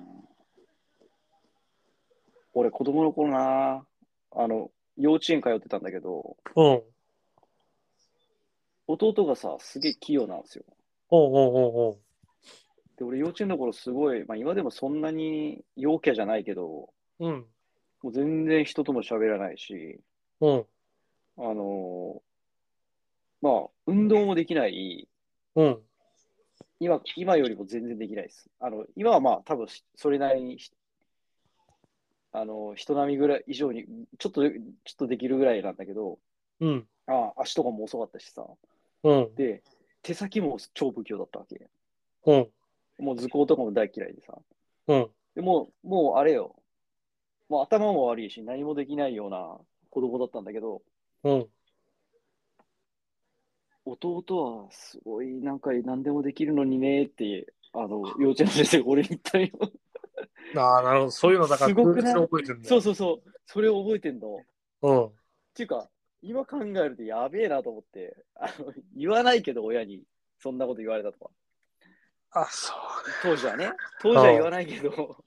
Speaker 1: 俺、子供の頃な、あの、幼稚園通ってたんだけど、
Speaker 2: うんおう
Speaker 1: 弟がさ、すげえ器用なんですよ。
Speaker 2: おうおうおう
Speaker 1: で、俺、幼稚園の頃すごい、まあ今でもそんなに陽キャじゃないけど、
Speaker 2: うん
Speaker 1: もう全然人とも喋らないし、
Speaker 2: うん
Speaker 1: あのーまあ、運動もできない、
Speaker 2: うん
Speaker 1: 今、今よりも全然できないです。あの、今はまあ、多分しそれなりにひ、あの、人並みぐらい以上に、ちょっと、ちょっとできるぐらいなんだけど、
Speaker 2: うん
Speaker 1: ああ足とかも遅かったしさ。
Speaker 2: うん
Speaker 1: で、手先も超不器用だったわけ。
Speaker 2: うん
Speaker 1: もう図工とかも大嫌いでさ。
Speaker 2: うん
Speaker 1: でもう、もうあれよ。もう頭も悪いし、何もできないような子供だったんだけど、
Speaker 2: うん
Speaker 1: 弟はすごい、なんか何でもできるのにねって、あの、幼稚園の先生が俺に言ったんよ。
Speaker 2: ああなるほどそういうのだから
Speaker 1: すごくない
Speaker 2: 空気覚えてるんだ
Speaker 1: そうそうそう。それを覚えてんの。
Speaker 2: うん
Speaker 1: っていうか、今考えるとやべえなと思って、あの言わないけど、親に、そんなこと言われたとか。
Speaker 2: あそうね
Speaker 1: 当時はね、当時は言わないけど、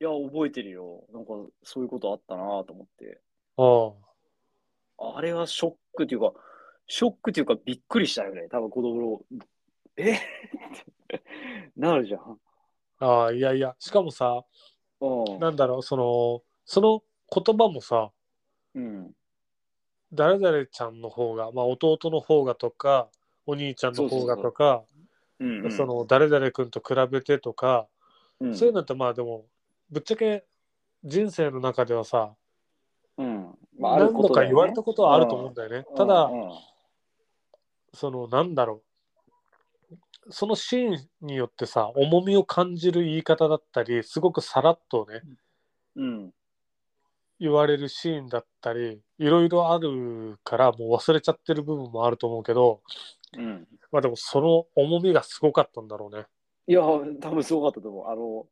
Speaker 1: いや、覚えてるよ。なんか、そういうことあったなと思って。
Speaker 2: うん
Speaker 1: あれはショックっていうか、ショックっていうか、びっくりしたよね。多分子供の、えってなるじゃん。
Speaker 2: ああいやいやしかもさ
Speaker 1: う
Speaker 2: なんだろうそのその言葉もさ
Speaker 1: ん。うん。
Speaker 2: 誰々ちゃんの方が、まあ、弟の方がとかお兄ちゃんの方がとか
Speaker 1: うんうん、
Speaker 2: その誰々君と比べてとか、
Speaker 1: うん、
Speaker 2: そういうのってまあでもぶっちゃけ人生の中ではさ、
Speaker 1: うん、まあ、ある
Speaker 2: 何
Speaker 1: こ
Speaker 2: 度
Speaker 1: と
Speaker 2: か
Speaker 1: だよね
Speaker 2: 言われたことはあると思うんだよね。ただ、
Speaker 1: うんうん
Speaker 2: そのなんだろうそのシーンによってさ重みを感じる言い方だったりすごくさらっとね
Speaker 1: うん、
Speaker 2: 言われるシーンだったりいろいろあるからもう忘れちゃってる部分もあると思うけど
Speaker 1: うん。
Speaker 2: まあでもその重みがすごかったんだろうね。
Speaker 1: いや、多分すごかったと思う。あの、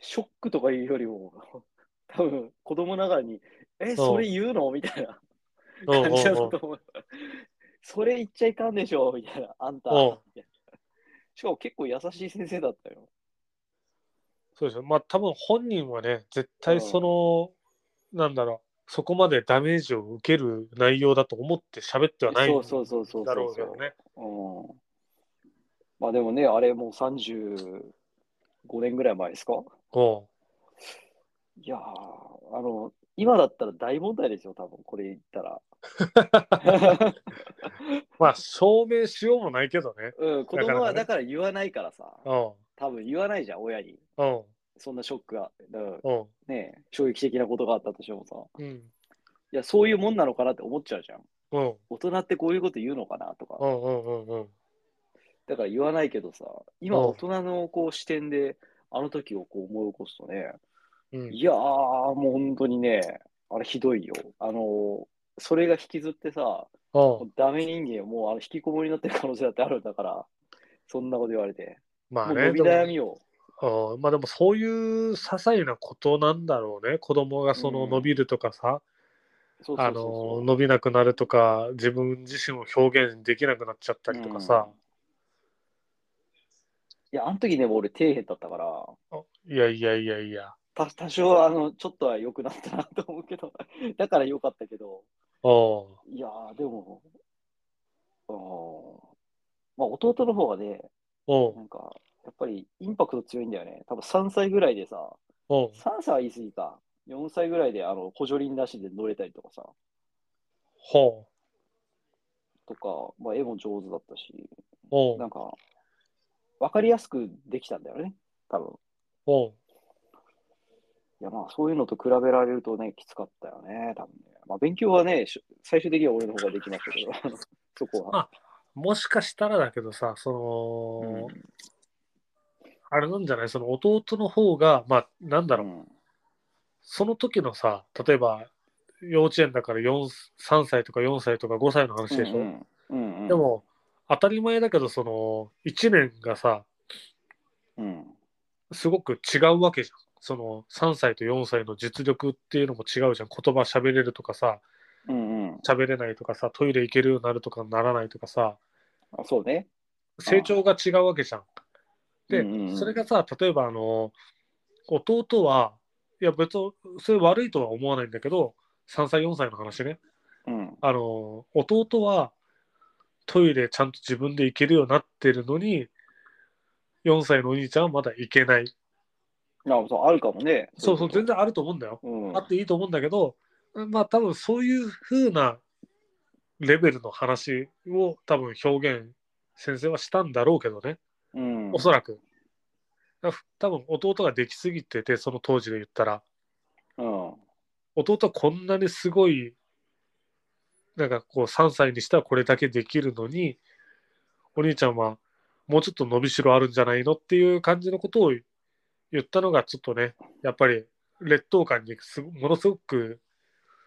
Speaker 1: ショックとかいうよりも、 [LAUGHS] 多分子供ながらに、え、それ言うのみたいな
Speaker 2: うんうん
Speaker 1: 感じだったと思う。それ言っちゃいかんでしょみたいな、あんた。
Speaker 2: うん
Speaker 1: みたいなしかも結構優しい先生だったよ。
Speaker 2: そうですよまあ多分本人はね絶対その、なんだろうそこまでダメージを受ける内容だと思って喋ってはない
Speaker 1: そうそうそうそうそうそう
Speaker 2: だろうけどね。
Speaker 1: うん。まあでもね、あれもう35年ぐらい前ですか
Speaker 2: うん
Speaker 1: いやー、あの、今だったら大問題ですよ、多分これ言ったら。
Speaker 2: [LAUGHS] まあ証明しようもないけどね。
Speaker 1: うん、子供はだから言わないからさ。
Speaker 2: うん
Speaker 1: 多分言わないじゃん、親に。
Speaker 2: うん
Speaker 1: そんなショックが、だから
Speaker 2: うん
Speaker 1: ねえ、衝撃的なことがあったとしてもさ、
Speaker 2: うん
Speaker 1: いや、そういうもんなのかなって思っちゃうじゃん。
Speaker 2: うん
Speaker 1: 大人ってこういうこと言うのかなと
Speaker 2: う
Speaker 1: か。
Speaker 2: んうんうんうん
Speaker 1: だから言わないけどさ、今
Speaker 2: うん
Speaker 1: 大人のこう視点で、あの時をこう思い起こすとね、
Speaker 2: うん
Speaker 1: いやー、もう本当にね、あれひどいよ。あのーそれが引きずってさ、も
Speaker 2: う
Speaker 1: うんダメ人間、もうあの引きこもりになってる可能性だってあるんだから、そんなこと言われて。
Speaker 2: まあ
Speaker 1: もう
Speaker 2: ね
Speaker 1: 伸び
Speaker 2: で
Speaker 1: 悩
Speaker 2: も
Speaker 1: みを。
Speaker 2: うんまあでもそういう些細なことなんだろうね子供がその
Speaker 1: うん
Speaker 2: 伸びるとかさ、
Speaker 1: そうそ
Speaker 2: あ
Speaker 1: うそうそう
Speaker 2: の伸びなくなるとか自分自身を表現できなくなっちゃったりとかさ、
Speaker 1: うんいや、あの時ね、もう俺、底辺だったから、
Speaker 2: あいやいやいやいや。
Speaker 1: た多少、あの、ちょっとは良くなったなと思うけど、 [LAUGHS] だから良かったけど、
Speaker 2: おう
Speaker 1: いやー、でも、うんまあ、弟の方がね、
Speaker 2: お
Speaker 1: な
Speaker 2: うん
Speaker 1: か、やっぱりインパクト強いんだよね。多分3歳ぐらいでさ、
Speaker 2: おう
Speaker 1: 3歳は言い過ぎか、4歳ぐらいで、あの、補助輪なしで乗れたりとかさ、
Speaker 2: ほう
Speaker 1: とか、まあ、絵も上手だったし、
Speaker 2: お
Speaker 1: な
Speaker 2: うん
Speaker 1: か、わかりやすくできたんだよね、多分。
Speaker 2: おう
Speaker 1: いやまあそういうのと比べられるとね、きつかったよね、多分ね。まあ勉強はね、し最終的には俺の方ができましたけど、 [LAUGHS] あのそこは。
Speaker 2: もしかしたらだけどさ、その、
Speaker 1: うん
Speaker 2: あれなんじゃないその弟の方が、まあ、なんだろう、その時のさ、例えば、幼稚園だから4 3歳とか4歳とか5歳の話でしょ、
Speaker 1: うんうんうん
Speaker 2: で、も、当たり前だけど、その、1年がさ、
Speaker 1: うん、
Speaker 2: すごく違うわけじゃん。その、3歳と4歳の実力っていうのも違うじゃん。言葉喋れるとかさ、
Speaker 1: うんうん
Speaker 2: 喋れないとかさ、トイレ行けるようになるとかならないとかさ、
Speaker 1: あそうね。
Speaker 2: 成長が違うわけじゃん。で、
Speaker 1: うんうんうん
Speaker 2: それがさ、例えばあの、弟は、いや別に、それ悪いとは思わないんだけど、3歳、4歳の話ね。
Speaker 1: うん。
Speaker 2: あの、弟はトイレちゃんと自分で行けるようになってるのに、4歳のお兄ちゃんはまだ行けない。
Speaker 1: あそうあるかもね。
Speaker 2: そうそう、
Speaker 1: い
Speaker 2: 全
Speaker 1: こ
Speaker 2: 然あると思うんだよ。
Speaker 1: とうん、
Speaker 2: あっていいと思うんだけど、まあ多分そういう風なレベルの話を多分表現、先生はしたんだろうけどね。
Speaker 1: うん、
Speaker 2: おそらく。だ多分弟ができすぎてて、その当時で言ったら、
Speaker 1: うん。
Speaker 2: 弟はこんなにすごい、なんかこう3歳にしてはこれだけできるのに、お兄ちゃんはもうちょっと伸びしろあるんじゃないのっていう感じのことを言ったのが、ちょっとね、やっぱり劣等感にすごものすごく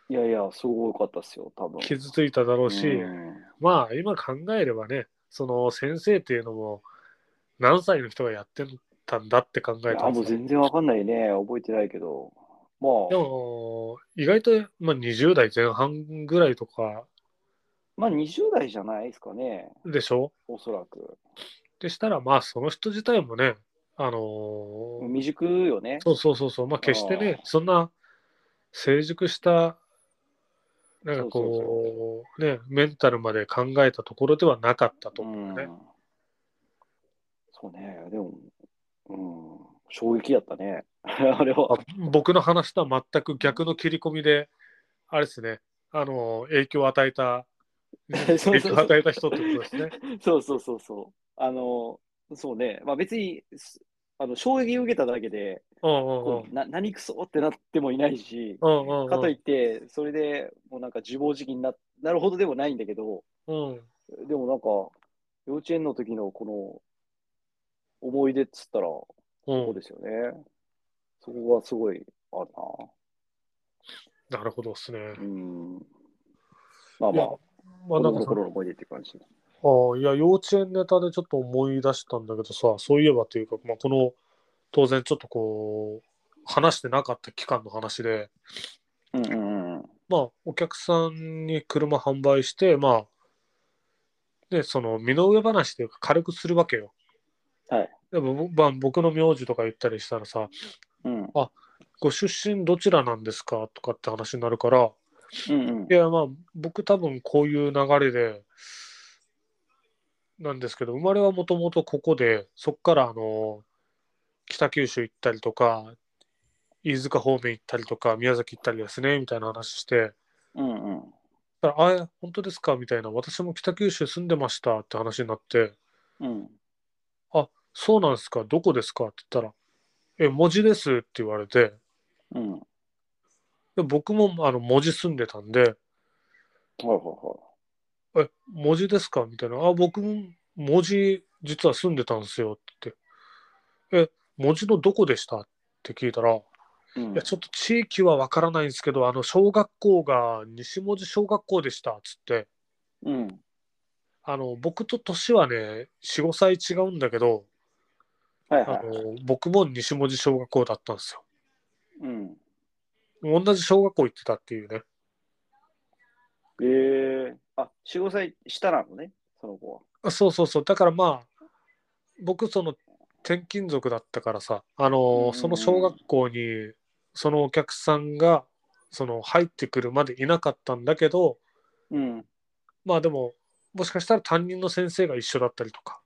Speaker 1: いやいや、すごかったっすよ、多分。
Speaker 2: 傷ついただろうし、
Speaker 1: うん
Speaker 2: まあ今考えればね、その先生っていうのも何歳の人がやってたんだって考え
Speaker 1: い
Speaker 2: たら
Speaker 1: やもう全然わかんないね、覚えてないけど。ま
Speaker 2: で
Speaker 1: あ、
Speaker 2: も、意外と、まあ、20代前半ぐらいとか
Speaker 1: まあ20代じゃないですかね、
Speaker 2: でしょ
Speaker 1: おそらく。
Speaker 2: でしたら、まあ、その人自体もね、あのー
Speaker 1: 未熟よね。
Speaker 2: そうそうそうそう、まあ、決してね
Speaker 1: あ、
Speaker 2: そんな成熟した、なんかこう、ね、メンタルまで考えたところではなかったと
Speaker 1: う
Speaker 2: 思うんよね。
Speaker 1: そうね、でも、うん、衝撃だったね。 [LAUGHS] あれは。
Speaker 2: あ僕の話とは全く逆の切り込みで、あれですね、あのー影響を与えた、
Speaker 1: [LAUGHS] そうそう
Speaker 2: 影響を与えた人ってことですね。
Speaker 1: そうそうそうそう。あの、そうね、まあ別に、すあの衝撃を受けただけで、
Speaker 2: うんうんうん
Speaker 1: こうな何くそってなってもいないし、
Speaker 2: うんうんうん。
Speaker 1: かといって、それでもうなんか自暴自棄にななるほどでもないんだけど、
Speaker 2: うん
Speaker 1: でもなんか、幼稚園の時のこの思い出っつったら、
Speaker 2: うん
Speaker 1: そうですよね。そこがすごいある
Speaker 2: なるほどですね。
Speaker 1: な。うん。まあ
Speaker 2: い
Speaker 1: ま
Speaker 2: や
Speaker 1: あ、
Speaker 2: まあ、
Speaker 1: 子
Speaker 2: な
Speaker 1: 供
Speaker 2: んか
Speaker 1: の
Speaker 2: さ
Speaker 1: 頃の思い出って感じ。
Speaker 2: ああいや幼稚園ネタでちょっと思い出したんだけどさ、そういえばというか、まあ、この当然ちょっとこう、話してなかった期間の話で、
Speaker 1: うんうんうん。
Speaker 2: まあ、お客さんに車販売して、まあ、で、その身の上話というか、軽くするわけよ。
Speaker 1: はい。
Speaker 2: でも、まあ、僕の名字とか言ったりしたらさ、
Speaker 1: うん
Speaker 2: ご出身どちらなんですかとかって話になるから、
Speaker 1: うんうん
Speaker 2: いやまあ僕多分こういう流れでなんですけど生まれはもともとここでそっからあの北九州行ったりとか飯塚方面行ったりとか宮崎行ったりですねみたいな話して
Speaker 1: うんうん。
Speaker 2: 「ああえ本当ですか?」みたいな「私も北九州住んでました」って話になって
Speaker 1: うん。
Speaker 2: 「そうなんですかどこですか?」って言ったら「え文字です」って言われて
Speaker 1: うん。はい
Speaker 2: で僕もあの文字住んでたんで
Speaker 1: はいは
Speaker 2: え、文字ですかみたいな。あ、僕も文字実は住んでたんですよって言って。え、文字のどこでしたって聞いたら、い
Speaker 1: い。うん
Speaker 2: や、ちょっと地域はわからないんですけど、あの、小学校が西文字小学校でしたっつって、
Speaker 1: うん。
Speaker 2: あの、僕と年はね、4、5歳違うんだけど、
Speaker 1: はい
Speaker 2: あ
Speaker 1: はい。
Speaker 2: の、僕も西文字小学校だったんですよ。
Speaker 1: うん。
Speaker 2: 同じ小学校行ってたっていうね。
Speaker 1: ええあ、4、5歳下なのね、その子は。
Speaker 2: あそうそうそう。だからまあ、僕その転勤族だったからさ、あのー
Speaker 1: うんうん
Speaker 2: その小学校にそのお客さんがその入ってくるまでいなかったんだけど、
Speaker 1: うん。
Speaker 2: まあでも、もしかしたら担任の先生が一緒だったりとか。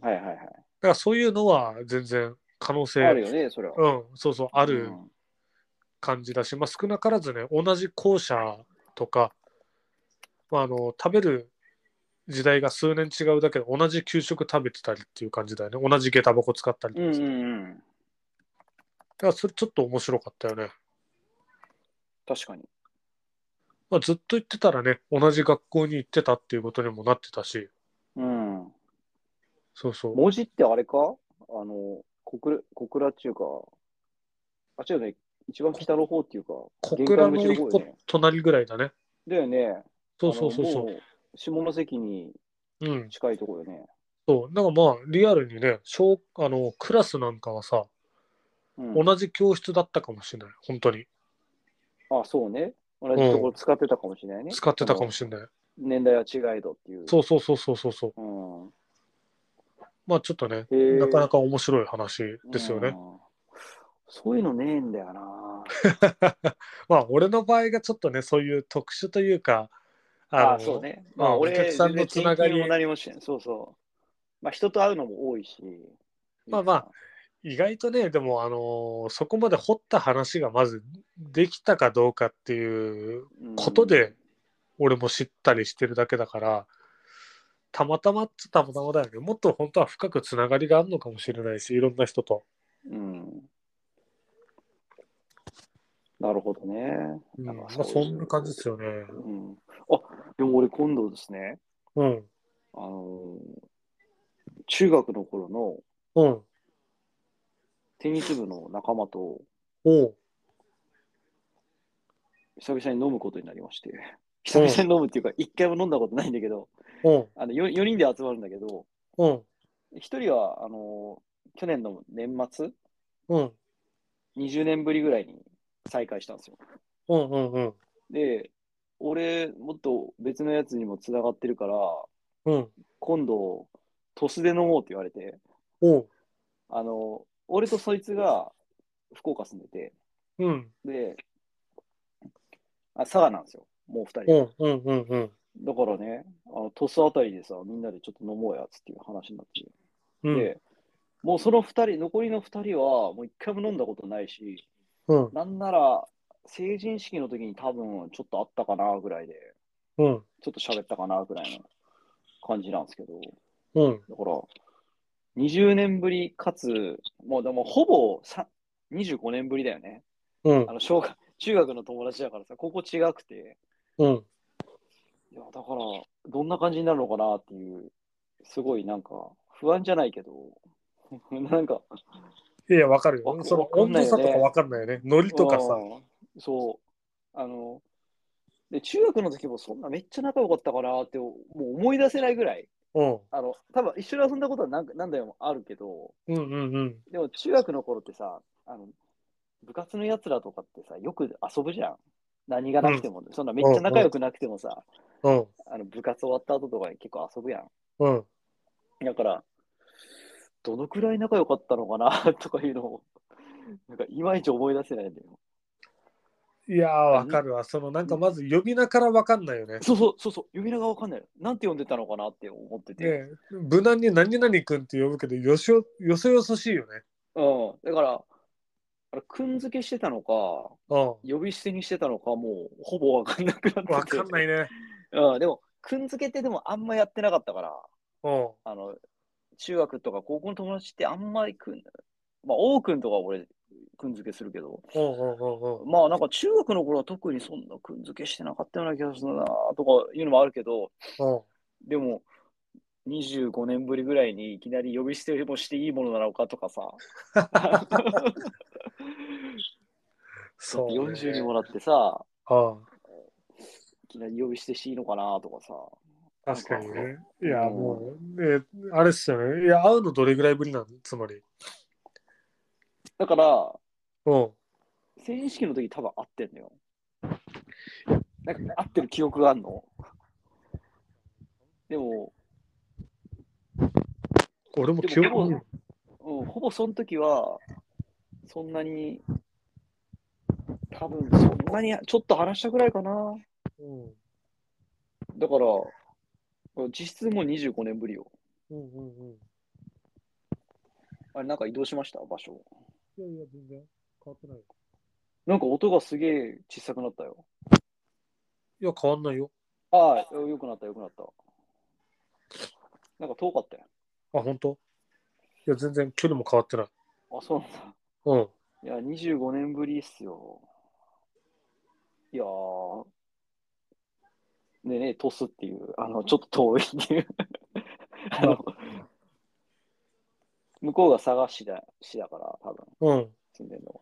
Speaker 1: はいはいはい。
Speaker 2: だからそういうのは全然可能性
Speaker 1: あるよね、それは。
Speaker 2: うん、そうそう、あ
Speaker 1: う
Speaker 2: る
Speaker 1: ん
Speaker 2: 感じだし、まあ少なからずね、同じ校舎とか、まああの、食べる時代が数年違うだけで、同じ給食食べてたりっていう感じだよね。同じ下駄箱使ったりと
Speaker 1: うん
Speaker 2: か
Speaker 1: う
Speaker 2: さ
Speaker 1: んうん。
Speaker 2: だからそれちょっと面白かったよね。
Speaker 1: 確かに。
Speaker 2: まあ、ずっと行ってたらね、同じ学校に行ってたっていうことにもなってたし、
Speaker 1: うん。
Speaker 2: そうそう。
Speaker 1: 文字ってあれかあの、小倉、小倉っていうか、あ、違うね。一番北の方っていうか、
Speaker 2: 小
Speaker 1: 玄
Speaker 2: 倉
Speaker 1: 関
Speaker 2: の
Speaker 1: 口
Speaker 2: 一
Speaker 1: 方
Speaker 2: 個
Speaker 1: よね。
Speaker 2: 隣ぐらいだね。
Speaker 1: だよね。
Speaker 2: そうそうそうそう
Speaker 1: あの。もう下関に
Speaker 2: うん。
Speaker 1: 近いところよね。
Speaker 2: そう。なんかまあ、リアルにね、小あのクラスなんかはさ、
Speaker 1: うん、
Speaker 2: 同じ教室だったかもしれない。本当に。
Speaker 1: あ、そうね。同じところ使ってたかもしれないね。
Speaker 2: 使ってたかもしれない。
Speaker 1: れない。年代は違いどっていう。
Speaker 2: そうそうそうそうそうそう。
Speaker 1: うん。
Speaker 2: まあちょっとね、
Speaker 1: へー
Speaker 2: なかなか面白い話ですよね。
Speaker 1: うんそういうのねえんだ
Speaker 2: [LAUGHS]
Speaker 1: よな。
Speaker 2: まあ俺の場合がちょっとねそういう特殊というかの
Speaker 1: ああ、そうね。まあ、
Speaker 2: うん
Speaker 1: 俺、
Speaker 2: お客さんのつなが
Speaker 1: 全然転
Speaker 2: り
Speaker 1: 勤も何もしてない。そうそう。まあ、人と会うのも多いし。
Speaker 2: まあまあ。意外とねでもあのーそこまで掘った話がまずできたかどうかっていう
Speaker 1: うん
Speaker 2: ことで、俺も知ったりしてるだけだからたまたまっつたまたまだよねもっと本当は深くつながりがあるのかもしれないしいろんな人と、
Speaker 1: うん。なるほどね。
Speaker 2: うん
Speaker 1: なん
Speaker 2: ま
Speaker 1: か
Speaker 2: あ、
Speaker 1: そういう
Speaker 2: そんな感じですよね
Speaker 1: うん。あ、でも俺今度ですね、
Speaker 2: うん
Speaker 1: あのー中学の頃の
Speaker 2: うん
Speaker 1: テニス部の仲間と
Speaker 2: おう
Speaker 1: 久々に飲むことになりまして、久々に飲むっていうか、一回も飲んだことないんだけど、
Speaker 2: おう
Speaker 1: あの 4, 人で集まるんだけど、
Speaker 2: うん
Speaker 1: 一人は、あのー去年の年末、
Speaker 2: うん
Speaker 1: 20年ぶりぐらいに再会したんですよ。
Speaker 2: うんうんうん
Speaker 1: で、俺、もっと別のやつにもつながってるから、
Speaker 2: うん
Speaker 1: 今度、トスで飲もうって言われて、
Speaker 2: おう
Speaker 1: あの、俺とそいつが福岡住んでて、
Speaker 2: うん
Speaker 1: で、あ佐賀なんですよ、もう二人
Speaker 2: う
Speaker 1: で。
Speaker 2: んうんうんうん
Speaker 1: だからね、あのトスあたりでさ、みんなでちょっと飲もうやつっていう話になって、
Speaker 2: うん
Speaker 1: で、もうその二人、残りの二人は、もう一回も飲んだことないし、
Speaker 2: うん
Speaker 1: なんなら、成人式の時に多分ちょっとあったかなぐらいで、
Speaker 2: うん
Speaker 1: ちょっと喋ったかなぐらいの感じなんですけど、
Speaker 2: うん
Speaker 1: だから、20年ぶりかつ、もうでもほぼさ25年ぶりだよね。
Speaker 2: うん
Speaker 1: あの小学中学の友達だからさ、ここ違くて、
Speaker 2: うん
Speaker 1: いやだから、どんな感じになるのかなっていう、すごいなんか、不安じゃないけど、 [LAUGHS] なんか、
Speaker 2: いや、わかるよ。
Speaker 1: わ
Speaker 2: その
Speaker 1: わかん
Speaker 2: 温
Speaker 1: ないよ
Speaker 2: 度差
Speaker 1: ね
Speaker 2: とかわかんないよね。ノリとかさ。
Speaker 1: うんそう、あの、で中学の時もそんなめっちゃ仲良かったかなって、もう思い出せないぐらい、
Speaker 2: うん。
Speaker 1: あの、多分一緒に遊んだことは何何台もあるけど、
Speaker 2: うんうんうん。
Speaker 1: でも中学の頃ってさ、あの部活のやつらとかってさ、よく遊ぶじゃん。何がなくても、そんなめっちゃ仲良くなくてもさ、
Speaker 2: うん。
Speaker 1: あの部活終わった後とかに結構遊ぶや
Speaker 2: うん。
Speaker 1: ん。だから、どのくらい仲良かったのかな [LAUGHS] とかいうのを、なんかいまいち思い出せないんだよ。
Speaker 2: いやー、わかるわ。その、なんかまず呼び名からわかんないよね。
Speaker 1: そうそうそうそう、呼び名がわかんない。なんて呼んでたのかなって思ってて。
Speaker 2: ね無難に何々くんって呼ぶけど、よしおよそよそしいよね。
Speaker 1: うん。だから、あれ、くん付けしてたのか、
Speaker 2: う
Speaker 1: 呼び捨てにしてたのか、もうほぼわかんなくなってて。
Speaker 2: ん。わかんないね。
Speaker 1: うん、でも、くんづけってでもあんまやってなかったから、
Speaker 2: うん。
Speaker 1: あの、中学とか高校の友達ってあんまりくん、まあ、王くんとかは俺、くんづけするけど、
Speaker 2: うんうんうんうん。
Speaker 1: まあなんか中学の頃は特にそんなくんづけしてなかったような気がするなとかいうのもあるけど、
Speaker 2: うん。
Speaker 1: でも、25年ぶりぐらいにいきなり呼び捨てもしていいものなのかとかさ、
Speaker 2: そう、ね。
Speaker 1: 40にもらってさ、
Speaker 2: うん。
Speaker 1: いきなり呼び捨てしていいのかなとかさ、
Speaker 2: 確かにね。いや、もう、ね、あれっすよね。いや、会うのどれぐらいぶりなのつまり。
Speaker 1: だから、
Speaker 2: うん。
Speaker 1: 成人式の時多分合ってんのよ。なんか合ってる記憶があんのでも、
Speaker 2: 俺も記
Speaker 1: でも
Speaker 2: 憶
Speaker 1: でもうん、ほぼその時は、そんなに、多分そんなにちょっと話したぐらいかな。
Speaker 2: うん。
Speaker 1: だから、実質もう25年ぶりよ。
Speaker 2: うんうんうん。
Speaker 1: あれ、なんか移動しました場所。
Speaker 2: いやいや、全然変わってない。
Speaker 1: なんか音がすげえ小さくなったよ。
Speaker 2: いや、変わんないよ。
Speaker 1: ああ、よくなった、よくなった。なんか遠かったよ。
Speaker 2: あ、本当いや、全然距離も変わってない。
Speaker 1: あ、そうなんだ。
Speaker 2: うん。
Speaker 1: いや、25年ぶりっすよ。いやー。でね、トスっていう、あの、ちょっと遠いって
Speaker 2: [LAUGHS]
Speaker 1: いう。あの、向こうが佐賀市だ市だから、多分
Speaker 2: うん。
Speaker 1: 住んでるの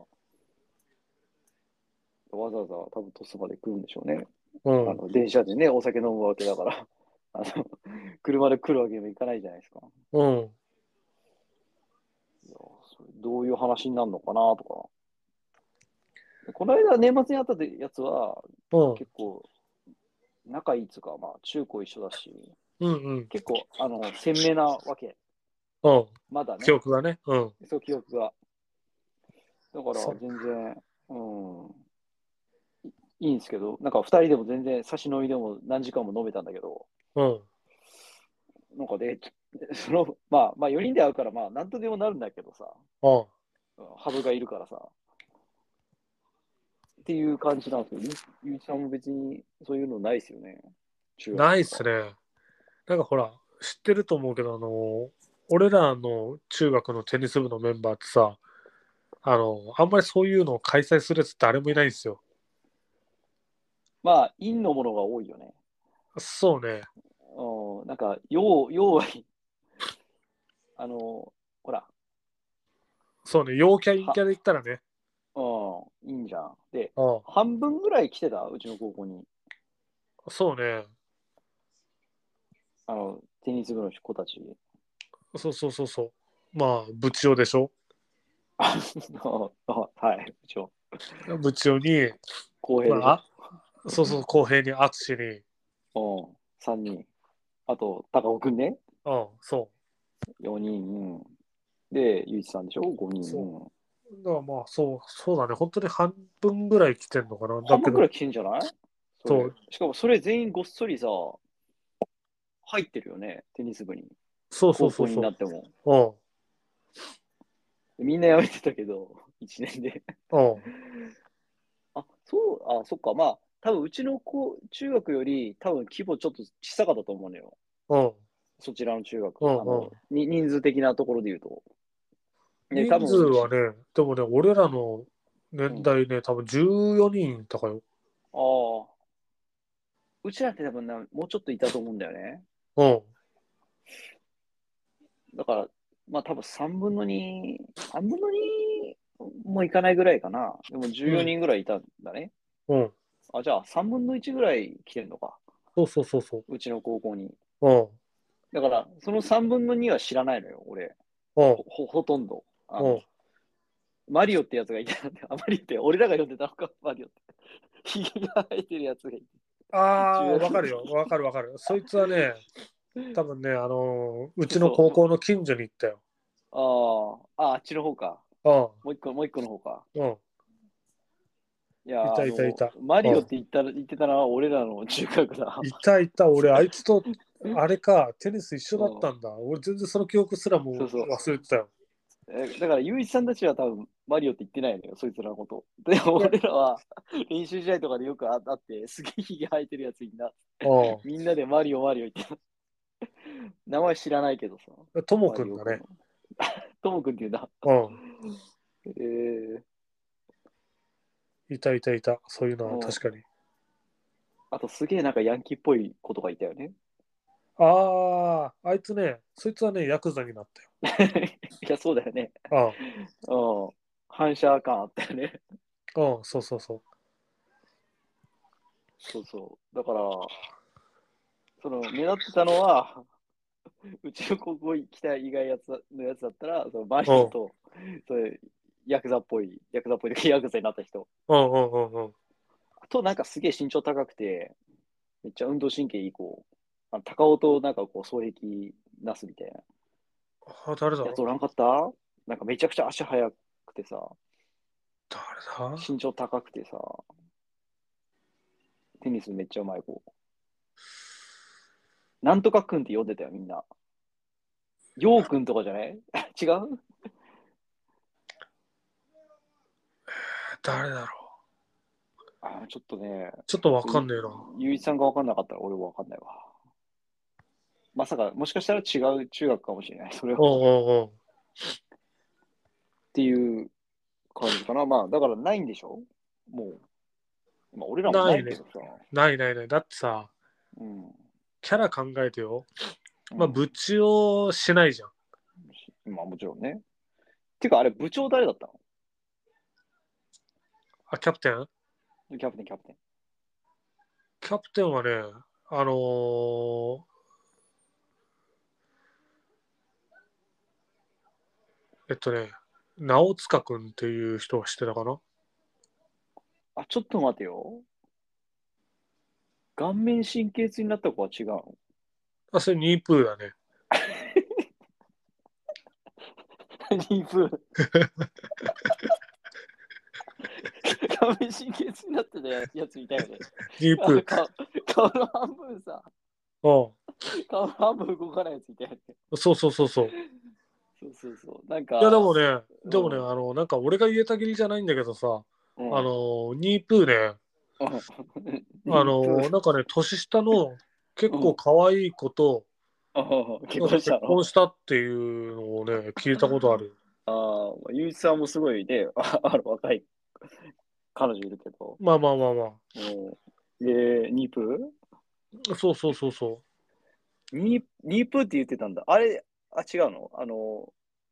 Speaker 1: は。わざわざ多分トスまで来るんでしょうね。
Speaker 2: う
Speaker 1: あ
Speaker 2: ん。
Speaker 1: の電車でね、お酒飲むわけだから、あの車で来るわけにもいかないじゃないですか。
Speaker 2: うん。
Speaker 1: いやそれどういう話になるのかなとか。この間、年末にあったやつは、
Speaker 2: うん。
Speaker 1: 結構、仲いいっつうか、まあ、中高一緒だし、
Speaker 2: うん。うん。
Speaker 1: 結構、あの、鮮明なわけ。
Speaker 2: うん。
Speaker 1: まだね。
Speaker 2: 記憶がね。うん。
Speaker 1: そう、記憶が。だから
Speaker 2: そう、
Speaker 1: 全然、うん、いいいんですけど、なんか、二人でも全然、差し飲みでも何時間も飲めたんだけど、
Speaker 2: うん。
Speaker 1: なんかで、その、まあ、まあ、4人で会うから、まあ、なんとでもなるんだけどさ、
Speaker 2: うん。
Speaker 1: ハブがいるからさ。っていう感じなんですけど、ゆゆういちさんも別にそういうのないですよね。中学
Speaker 2: ないっすね。なんかほら、知ってると思うけど、あの、俺らの中学のテニス部のメンバーってさ、あの、あんまりそういうのを開催するやつ誰もいないんですよ。
Speaker 1: まあ、陰のものが多いよね。
Speaker 2: そうね。
Speaker 1: うん、なんか、要、要は、あの、ほら、
Speaker 2: そうね。陽キャ陰キャで言ったらね。
Speaker 1: うん、いいんじゃん。で、
Speaker 2: うん。
Speaker 1: 半分ぐらい来てた、うちの高校に、
Speaker 2: そうね。
Speaker 1: あの、テニス部の子たち。
Speaker 2: そうそうそうそう。まあ、部長でしょ。
Speaker 1: あのはい、一応、
Speaker 2: 部長に、
Speaker 1: 公平
Speaker 2: ま
Speaker 1: でし
Speaker 2: あ、あそうそう、公平に、淳に、
Speaker 1: ょ。うん、3人。あと、高尾くんね。
Speaker 2: うん、そ
Speaker 1: 4人、うんで、ゆういちさんでしょ、5人。
Speaker 2: そう
Speaker 1: うん
Speaker 2: う。だからまあ、そう、そうだね。本当に半分ぐらい来てんのかな。だ
Speaker 1: 半
Speaker 2: け
Speaker 1: 分
Speaker 2: ど
Speaker 1: くらい来てんじゃない
Speaker 2: そ
Speaker 1: そうう。しかもそれ全員ごっそりさ、入ってるよね、テニス部に。
Speaker 2: そうそ
Speaker 1: 高
Speaker 2: うそ
Speaker 1: 校
Speaker 2: う
Speaker 1: に
Speaker 2: そ
Speaker 1: な
Speaker 2: う
Speaker 1: っ。ても。
Speaker 2: うん。
Speaker 1: みんな辞めてたけど、1年で。
Speaker 2: うん。
Speaker 1: あ、そう、あ、そっか、まあ、多分うちの子、中学より多分規模ちょっと小さかったと思うのよ。
Speaker 2: うん。
Speaker 1: そちらの中学。
Speaker 2: うんうん
Speaker 1: あのに人数的なところで言うと。ね
Speaker 2: 人数は
Speaker 1: 多分
Speaker 2: ね、でもね、俺らの年代ね、多分14人とかよ。
Speaker 1: ああ。うちらって多分な、もうちょっといたと思うんだよね。
Speaker 2: うん。
Speaker 1: だから、まあ多分3分の2、3分の2もいかないぐらいかな。でも14人ぐらいいたんだね。
Speaker 2: うん。
Speaker 1: あ、じゃあ3分の1ぐらい来てんのか。
Speaker 2: そうそうそうそう
Speaker 1: ちの高校に。
Speaker 2: う。うん。
Speaker 1: だから、その3分の2は知らないのよ、俺。
Speaker 2: うん。
Speaker 1: ほほとんど。あ
Speaker 2: う
Speaker 1: の
Speaker 2: ん。
Speaker 1: マリオってやつがいたんだよ。 [LAUGHS] あマリオって、俺らが呼んでたのか、 [LAUGHS] マリオって。ひげが生えてるやつがいて。
Speaker 2: ああ、わかるよ。わかるわかる。そいつ
Speaker 1: [LAUGHS]
Speaker 2: はね、多分ね、あのーうちの高校の近所に行ったよ。
Speaker 1: あーあ、あっちの方か。
Speaker 2: う
Speaker 1: もう一個、もう一個の方か。
Speaker 2: ん。うん。
Speaker 1: いやー
Speaker 2: いたいたいた
Speaker 1: あのマリオって言ったら言ってたのは俺らの中学だ。
Speaker 2: いたいた、俺、あいつと、あれか、テニス一緒だったんだ。俺、全然その記憶すらもう
Speaker 1: そうそう
Speaker 2: 忘れてたよ。
Speaker 1: えだから、ゆういちさんたちは多分、マリオって言ってないのよ、そいつらのこと。でも、俺らは練習試合とかでよくああって、すげえひげ生えてるやついんな。
Speaker 2: う
Speaker 1: みんなでマリオ、マリオ言ってた。名前知らないけどさ。
Speaker 2: ん。ともくんだね。
Speaker 1: マリオ。 [LAUGHS] ともくんって言うんだ。
Speaker 2: うん。
Speaker 1: えー、
Speaker 2: いたいたいた。そういうのは確かに。
Speaker 1: あと、すげえなんかヤンキーっぽい子とかいたよね。
Speaker 2: ああ、あいつね、そいつはね、ヤクザになっ
Speaker 1: いや、そうだよね。
Speaker 2: たよ。
Speaker 1: うん。反射感あったよね。
Speaker 2: うん。うん、そうそうそう。
Speaker 1: そうそう。だから、その目立ってたのは、うちの高校に来た意外やつのやつだったら、そのマリオと、それヤクザっぽい、ヤクザっぽいというか、ヤクザになった人。
Speaker 2: うんうんうんうん。
Speaker 1: あと、なんかすげえ身長高くて、めっちゃ運動神経いい子。あの高尾となんかこう、双璧なすみたい
Speaker 2: あ、誰だ
Speaker 1: な。やつおらんかったなんかめちゃくちゃ足速くてさ、
Speaker 2: 誰だ
Speaker 1: 身長高くてさ、テニスめっちゃうまい子。なんとかくんって呼んでたよ、みんな。ようくんとかじゃない [LAUGHS] 違う
Speaker 2: 誰だろ
Speaker 1: あーちょっとね、
Speaker 2: うちょっとわかんねえな。
Speaker 1: ゆういちさんが分かんなかったら俺も分かんないわ。まさか、もしかしたら違う中学かもしれない。それ
Speaker 2: う
Speaker 1: は。っ
Speaker 2: んうんうん。
Speaker 1: ていう感じかな。まあ、だからないんでしょもう。まあ、俺らもないけどさ。
Speaker 2: ないないない。だってさ、
Speaker 1: うん。
Speaker 2: キャラ考えてよ。まあ、部長しないじゃん。
Speaker 1: まあ、もちろんね。てか、あれ、部長誰だった
Speaker 2: あ、キャプテン
Speaker 1: のキャプテン、キャプテン。
Speaker 2: キャプテンはね、あのーえっとね、直塚君っていう人は知ってたかな
Speaker 1: あ、ちょっと待てよ。顔面神経痛になった子は違うの
Speaker 2: あ、それニープーだね。
Speaker 1: リープ。顔面神経痛になってたやついたよね。
Speaker 2: ニー
Speaker 1: あの
Speaker 2: プ
Speaker 1: 顔顔の半分さ、
Speaker 2: ー。
Speaker 1: 顔の半分動かないやついたよね。
Speaker 2: うん。そうそうそうそう。い
Speaker 1: そうそうそう。なんか、
Speaker 2: や、でもね、
Speaker 1: うん
Speaker 2: でもね、あの、なんか俺が言えたぎりじゃないんだけどさ、
Speaker 1: う
Speaker 2: あ
Speaker 1: ん、
Speaker 2: の、ニープーね、
Speaker 1: うん、
Speaker 2: あの、なんかね、年下の結構可愛い子と
Speaker 1: うん結婚し
Speaker 2: 結
Speaker 1: たの
Speaker 2: 婚したっていうのをね、聞いたことある。
Speaker 1: ああ、ゆういちさんもすごいね、ああの若い彼女いるけど。
Speaker 2: まあまあまあまあ。
Speaker 1: うんえー、ニープー
Speaker 2: そうそうそうそ
Speaker 1: ニーニープーって言ってたんだ。あれ、あ、違うのあの、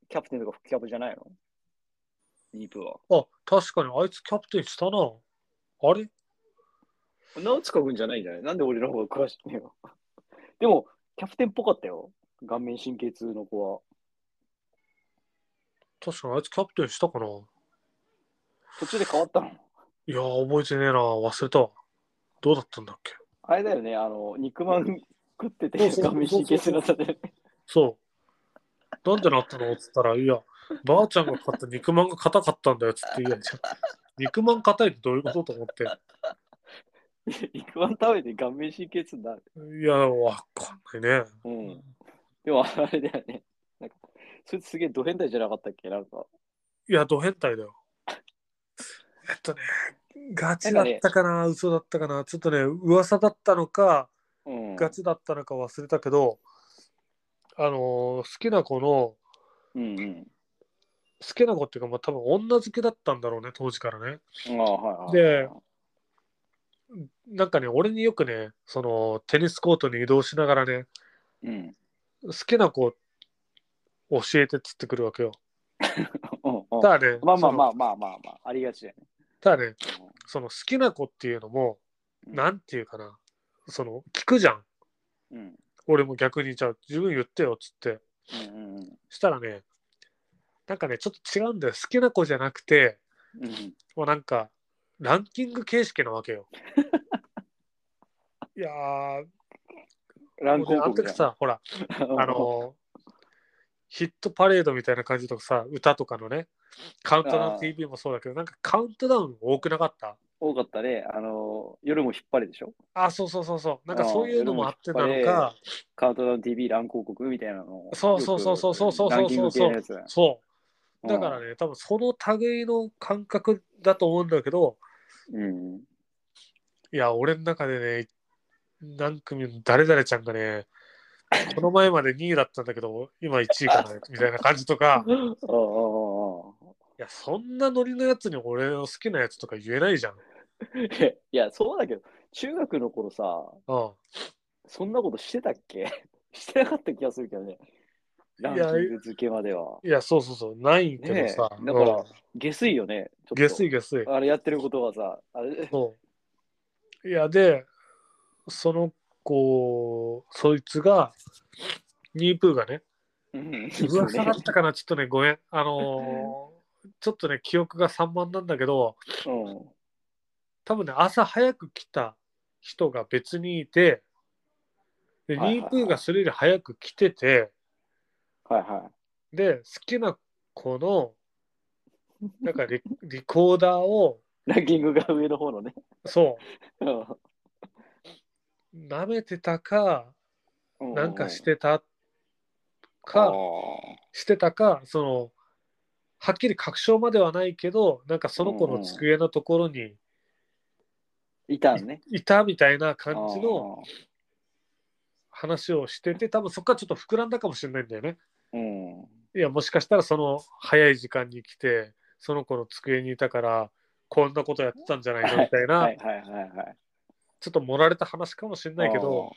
Speaker 1: キャプテンとか副キャプじゃないのニープーは。
Speaker 2: う。あ、確かにあいつキャプテンしたな。あれ
Speaker 1: 直塚君じゃないんじゃないなんで俺の方が詳しいのよ。 [LAUGHS] でも、キャプテンっぽかったよ。顔面神経痛の子は。
Speaker 2: 確かにあいつキャプテンしたかな。
Speaker 1: 途中で変わったの。
Speaker 2: いやー、覚えてねえな。忘れたわ。どうだったんだっけ。
Speaker 1: あれだよね、あの、肉まん食ってて
Speaker 2: そうそう
Speaker 1: 顔面神経痛になったんだよね。
Speaker 2: そう。なんでなったのっつったら、いや、ばあちゃんが買った肉まんが硬かったんだよっつって言えんじゃん。肉まん硬いってどういうことと思って。
Speaker 1: [LAUGHS] 肉まん食べて顔面神経痛になる。
Speaker 2: いや、わかんないね。
Speaker 1: うん。でも、あれだよね。なんか、そいつすげえド変態じゃなかったっけなんか。
Speaker 2: いや、ド変態だよ。えっとね、ガチだったかな、嘘だったかな、ちょっとね、噂だったのか、
Speaker 1: うん。
Speaker 2: ガチだったのか忘れたけど、あのー好きな子の、好
Speaker 1: うんうん。
Speaker 2: きな子っていうか、まあ、多分女好きだったんだろうね、当時からね。
Speaker 1: ああ、はいはい。
Speaker 2: でなんかね、俺によくね、そのテニスコートに移動しながらね、
Speaker 1: うん。
Speaker 2: 好きな子教えてっつってくるわけよ。
Speaker 1: うんうん
Speaker 2: ただね、
Speaker 1: まあまあま
Speaker 2: あ、
Speaker 1: あまあまあまあ、ありがちだよね。
Speaker 2: ただね、その好きな子っていうのも、
Speaker 1: うん
Speaker 2: なんていうかな、その聞くじゃん。
Speaker 1: うん。
Speaker 2: 俺も逆にじゃあ自分言ってよっつって
Speaker 1: うんうんうん
Speaker 2: したらねなんかねちょっと違うんだよ好きな子じゃなくて
Speaker 1: うん。
Speaker 2: もうなんかランキング形式なわけよいやー
Speaker 1: 乱
Speaker 2: もうね
Speaker 1: 広
Speaker 2: あの
Speaker 1: 告
Speaker 2: 時
Speaker 1: じゃん。
Speaker 2: さほら
Speaker 1: あ
Speaker 2: あのヒットパレードみたいな感じとかさ歌とかのねカウントダウ
Speaker 1: あー
Speaker 2: ン TV もそうだけどなんかカウントダウン多くなかった
Speaker 1: 多かったね。あの、夜も引っ張れでしょ
Speaker 2: あそうそうそうそうなんか
Speaker 1: あー
Speaker 2: そういうのもあってな
Speaker 1: で
Speaker 2: の
Speaker 1: もやっぱ
Speaker 2: か
Speaker 1: カウントダウン TV 乱広告みたいなの。
Speaker 2: そうそうそうそうそうそうそう
Speaker 1: ランキング系のやつだよ
Speaker 2: そうだから。ね多分その類の感覚だと思うんだけど
Speaker 1: うん。うん
Speaker 2: いや、俺の中でね、何組の誰々ちゃんがね、この前まで2位だったんだけど、今1位かな、みたいな感じとか、い
Speaker 1: ああ、ああ、あ
Speaker 2: や、そんなノリのやつに俺の好きなやつとか言えないじゃん。
Speaker 1: あ。いや、そうだけど、中学の頃さ、
Speaker 2: う
Speaker 1: そんなことしてたっけしてなかった気がするけどね。ランキング付けまでは。
Speaker 2: ん。いや、そうそうそう、ないけど
Speaker 1: ねえ、だ
Speaker 2: さ
Speaker 1: か、
Speaker 2: うん
Speaker 1: ら、下水よね。ちょっと
Speaker 2: 下水下水。
Speaker 1: あれやってることはさ、あれ、
Speaker 2: そう。いや、で、その子、そいつが、ニープーがね、
Speaker 1: うん
Speaker 2: 噂だったかな、ちょっとね、ごめん。あのーちょっとね、記憶が散漫なんだけど、
Speaker 1: うん。
Speaker 2: 多分ね朝早く来た人が別にいてで
Speaker 1: はいはいはい
Speaker 2: ニープーがそれより早く来てて
Speaker 1: はいは
Speaker 2: で好きな子のなん
Speaker 1: [LAUGHS]
Speaker 2: かリリコーダーを
Speaker 1: い。ランキングが上の方のね。
Speaker 2: そ
Speaker 1: うん
Speaker 2: う舐めてたかなんかしてた
Speaker 1: あ
Speaker 2: か
Speaker 1: ー
Speaker 2: してたかそのはっきり確証まではないけどなんかその子の机のところに
Speaker 1: いたんね。
Speaker 2: いたみたいな感じの話をしてて多分そこからちょっと膨らんだかもしれないんだよね。
Speaker 1: あー。うん。
Speaker 2: いや、もしかしたらその早い時間に来て、その子の机にいたから、こんなことやってたんじゃないのみたいな、
Speaker 1: はいはいはいはい。
Speaker 2: ちょっと盛られた話かもしれないけど、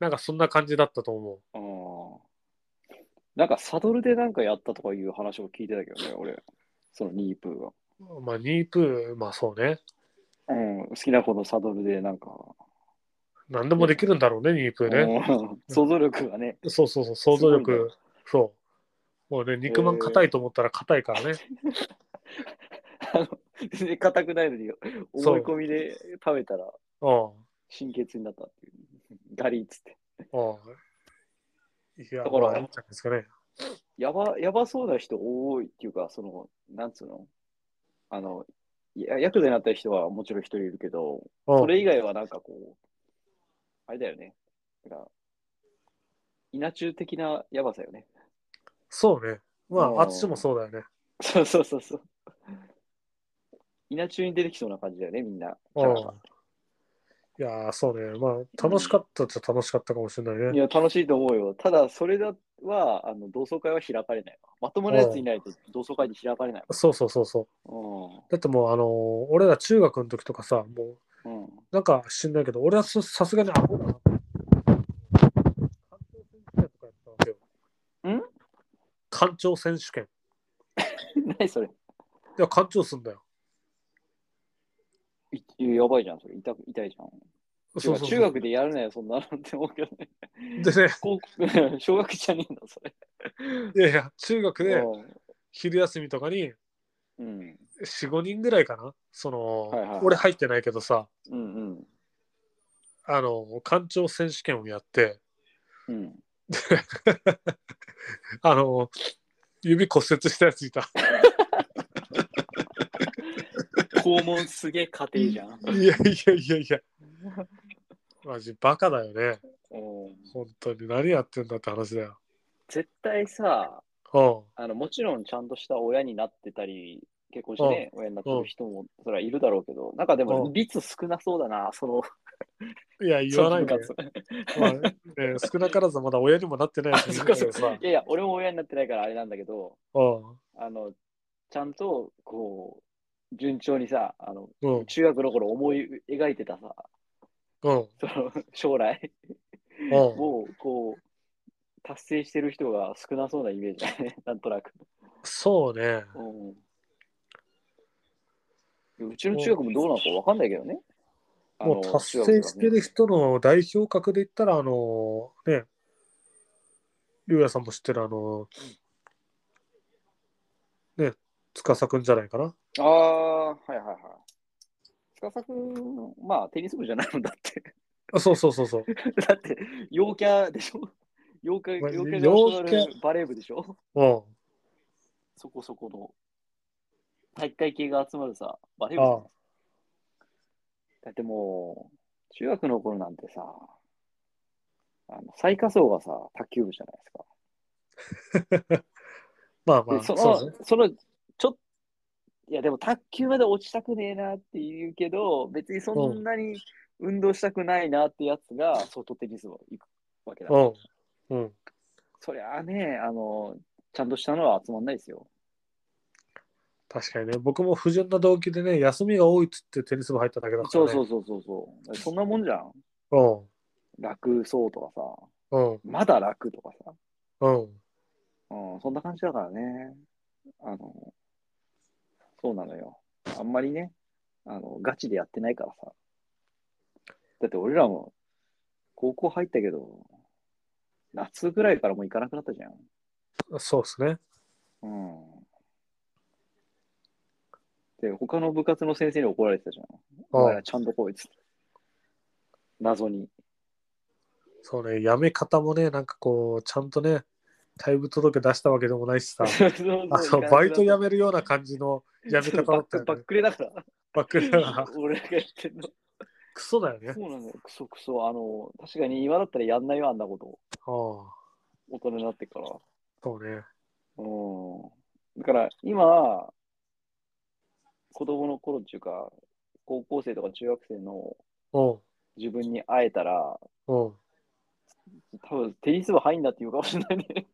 Speaker 2: なんかそんな感じだったと思
Speaker 1: あー。あーなんかサドルでなんかやったとかいう話も聞いてたけどね、俺。そのニープーが。
Speaker 2: う。まあ、ニープー、まあそうね。
Speaker 1: うん、好きな子のサドルでなんか。
Speaker 2: 何でもできるんだろうね、ニープーね。
Speaker 1: うん想像力がね。
Speaker 2: そうそうそう、想像
Speaker 1: すごい
Speaker 2: 力。そう。もうね、肉まん硬いと思ったら硬いからね。
Speaker 1: あの全然硬くないのに、思い込みで食べたら心血になったっていう。ガリッつって。
Speaker 2: うん。うん。いや、
Speaker 1: だから
Speaker 2: まあなんですかね。
Speaker 1: やば、やばそうな人多いっていうか、その、なんつうのあの、いやヤクザになった人はもちろん一人いるけど、
Speaker 2: うん
Speaker 1: それ以外はなんかこう、あれだよね。なんか、稲中的なやばさよね。 [LAUGHS]
Speaker 2: そうね。ま
Speaker 1: うん
Speaker 2: あ、あつしもそうだよね。
Speaker 1: そうそうそうそう。稲中に出てきそうな感じだよね、みんな。キャ
Speaker 2: う
Speaker 1: ラ
Speaker 2: ん
Speaker 1: が。
Speaker 2: いやー、そうね。まあ、楽しかったっちゃ楽しかったかもしれない
Speaker 1: い
Speaker 2: ね。
Speaker 1: や、楽しいと思うよ。ただ、それだは、あの、同窓会は開かれないわ。まともなやついないと同窓会に開かれないわ。
Speaker 2: そうそうそうそう。
Speaker 1: う
Speaker 2: だってもう、あのー俺ら中学の時とかさ、もう、
Speaker 1: ん。 [LAUGHS] うん。
Speaker 2: なんか知んないけど、俺はささすがにアホだなって。環境選手権とかやったわけよ。
Speaker 1: ん
Speaker 2: 環境選手権。
Speaker 1: 何それ。
Speaker 2: いや、環境すんだよ。
Speaker 1: いやばいじゃん、それ。痛く痛いじゃん。てか中学でやるなよ、そんなのって思うけど
Speaker 2: [LAUGHS]
Speaker 1: ね。
Speaker 2: でね、
Speaker 1: 高校小学じゃねえんだ、それ。
Speaker 2: いやいや、中学で昼休みとかに
Speaker 1: うん。
Speaker 2: 4、5人ぐらいかな。その、
Speaker 1: はいはい
Speaker 2: 俺入ってないけどさ、
Speaker 1: うんうん。
Speaker 2: あの、環境選手権をやって、
Speaker 1: うん。
Speaker 2: あの、指骨折したやついた。
Speaker 1: 肛門すげえ家庭じゃん。
Speaker 2: いやいやいやいや。マジバカだよね。
Speaker 1: うん
Speaker 2: 本当に何やってんだって話だよ。
Speaker 1: 絶対さ、
Speaker 2: うん。
Speaker 1: あの、もちろんちゃんとした親になってたり、結婚してね、親になってる人も、それはいるだろうけど、なんかで
Speaker 2: う
Speaker 1: も
Speaker 2: ん
Speaker 1: 率少なそうだな、その、
Speaker 2: いや、言わない
Speaker 1: [LAUGHS]
Speaker 2: で、
Speaker 1: その部活
Speaker 2: まあね、少なからずまだ親にもなってないやつ
Speaker 1: あ
Speaker 2: い
Speaker 1: [LAUGHS] そ
Speaker 2: る
Speaker 1: っ
Speaker 2: んだ
Speaker 1: か
Speaker 2: け
Speaker 1: そっ
Speaker 2: ど
Speaker 1: か
Speaker 2: さ。
Speaker 1: いやいや、俺も親になってないからあれなんだけど、
Speaker 2: う
Speaker 1: あの、ちゃんと、こう、順調にさ、あの、
Speaker 2: ん。うん。
Speaker 1: 中学の頃思い描いてたさ、
Speaker 2: うん。
Speaker 1: その、将来
Speaker 2: うん。
Speaker 1: を、こう、達成してる人が少なそうなイメージだね、 [LAUGHS] なんとなく。
Speaker 2: そうね。
Speaker 1: うん。うちの中学もどうなのかわかんないけどね。あの
Speaker 2: もう達成してる人の代表格で言ったら、あの、ね、ゆうやさんも知ってる、あの、ね、つかさくんじゃないかな。
Speaker 1: ああ、はいはいはい。司君、まあ、テニス部じゃないもんだって。 [LAUGHS]
Speaker 2: あそうそうそうそう。
Speaker 1: だって、陽キャでしょ陽キャ、
Speaker 2: まあ
Speaker 1: 陽キャ
Speaker 2: 陽
Speaker 1: で
Speaker 2: キャ
Speaker 1: 集まるバレー部でしょ
Speaker 2: うん。
Speaker 1: そこそこの。体育会系が集まるさ、バレー部じゃない
Speaker 2: あ
Speaker 1: だってもう、中学の頃なんてさ、あの最下層がさ、卓球部じゃないですか。
Speaker 2: まあま
Speaker 1: で
Speaker 2: あ、
Speaker 1: そ
Speaker 2: そう
Speaker 1: の
Speaker 2: ね。、
Speaker 1: その、ちょっいや、でも卓球まで落ちたくねえなって言うけど、別にそんなに運動したくないなってやつが、外テニスを行くわけだ。
Speaker 2: うん。うん。
Speaker 1: そりゃあね、あの、ちゃんとしたのは集まんないですよ。
Speaker 2: 確かにね、僕も不純な動機でね、休みが多いっつってテニス部入っただけだから、
Speaker 1: そう
Speaker 2: ね。
Speaker 1: そうそうそうそう。そんなもんじゃん。
Speaker 2: う。
Speaker 1: 楽そうとかさ、
Speaker 2: うん。うん。
Speaker 1: まだ楽とかさ、
Speaker 2: うん。
Speaker 1: うん、そんな感じだからね。あの、そうなのよ。あんまりね、あの、ガチでやってないからさ。だって俺らも、高校入ったけど、夏ぐらいからもう行かなくなったじゃん。
Speaker 2: そうですね。
Speaker 1: うん。で、他の部活の先生に怒られてたじゃん。お前
Speaker 2: う
Speaker 1: ら
Speaker 2: ん。
Speaker 1: ちゃんとこいっつって。謎に。
Speaker 2: そうね、やめ方もね、なんかこう、ちゃんとね、退部届出したわけでもないしさ、あ
Speaker 1: [LAUGHS] そ
Speaker 2: のバイト辞
Speaker 1: め
Speaker 2: めるような感じのやめ方だ
Speaker 1: バッ
Speaker 2: った
Speaker 1: ク
Speaker 2: よ
Speaker 1: バッ。クレ
Speaker 2: ね
Speaker 1: だから。
Speaker 2: バックレだ
Speaker 1: [LAUGHS]
Speaker 2: から。
Speaker 1: 俺がやってんの。
Speaker 2: クソだよね。
Speaker 1: そうなんだよ。クソクソ。あの、確かに今だったらやんないよ、あんなこと。
Speaker 2: ああ、
Speaker 1: 大人になってから。
Speaker 2: そうね。
Speaker 1: うん。だから、今、子供の頃っていうか、高校生とか中学生の
Speaker 2: うん。
Speaker 1: 自分に会えたら、
Speaker 2: うん。
Speaker 1: 多分テニス部入んなって言うかもしれないね。